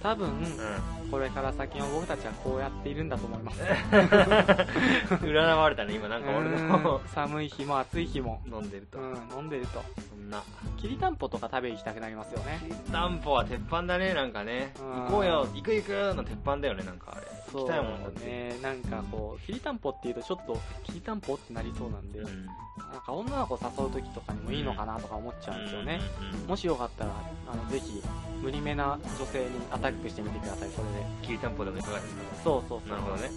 Speaker 1: 多分、 (laughs) これから先も僕たちはこうやっているんだと思います。
Speaker 2: うん。占われたね、今なんか俺の (laughs)
Speaker 1: うん寒い日も暑い日も、
Speaker 2: 飲んでると
Speaker 1: (laughs) う。ん、飲んでると。
Speaker 2: そんな。
Speaker 1: きりたんぽとか食べに行きたくなりますよね。
Speaker 2: 担保は鉄板だねなんかね
Speaker 1: うん
Speaker 2: 行こうよ行く行くの鉄板だよねなんかあれ行きたいもんだって、
Speaker 1: ねなんかこうきりたんぽっていうとちょっときりたんぽってなりそうなんで、
Speaker 2: うん
Speaker 1: なんか女の子誘う時とかにもいいのかなとか思っちゃうんですよね、
Speaker 2: うん
Speaker 1: もしよかったらあのぜひ無理めな女性にアタックしてみてくださいそれで
Speaker 2: きりたんぽでもいかがですか
Speaker 1: そうそうそう
Speaker 2: なるほどね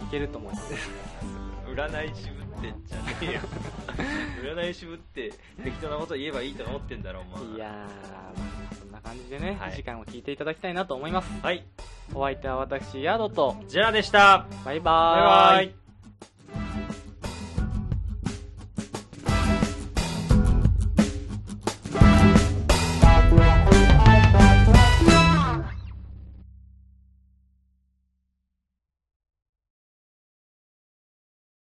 Speaker 1: うんいけると思います
Speaker 2: 占い渋ってんじゃね
Speaker 1: (laughs)
Speaker 2: えよ占い渋って適当なこと言えばいいと思ってんだろお前
Speaker 1: いやーまあそんな感じでね、
Speaker 2: はい
Speaker 1: 時間を聞いていただきたいなと思います
Speaker 2: はい
Speaker 1: お相手は私ヤードと
Speaker 2: ジェラでした
Speaker 1: バイバー
Speaker 2: バイバイ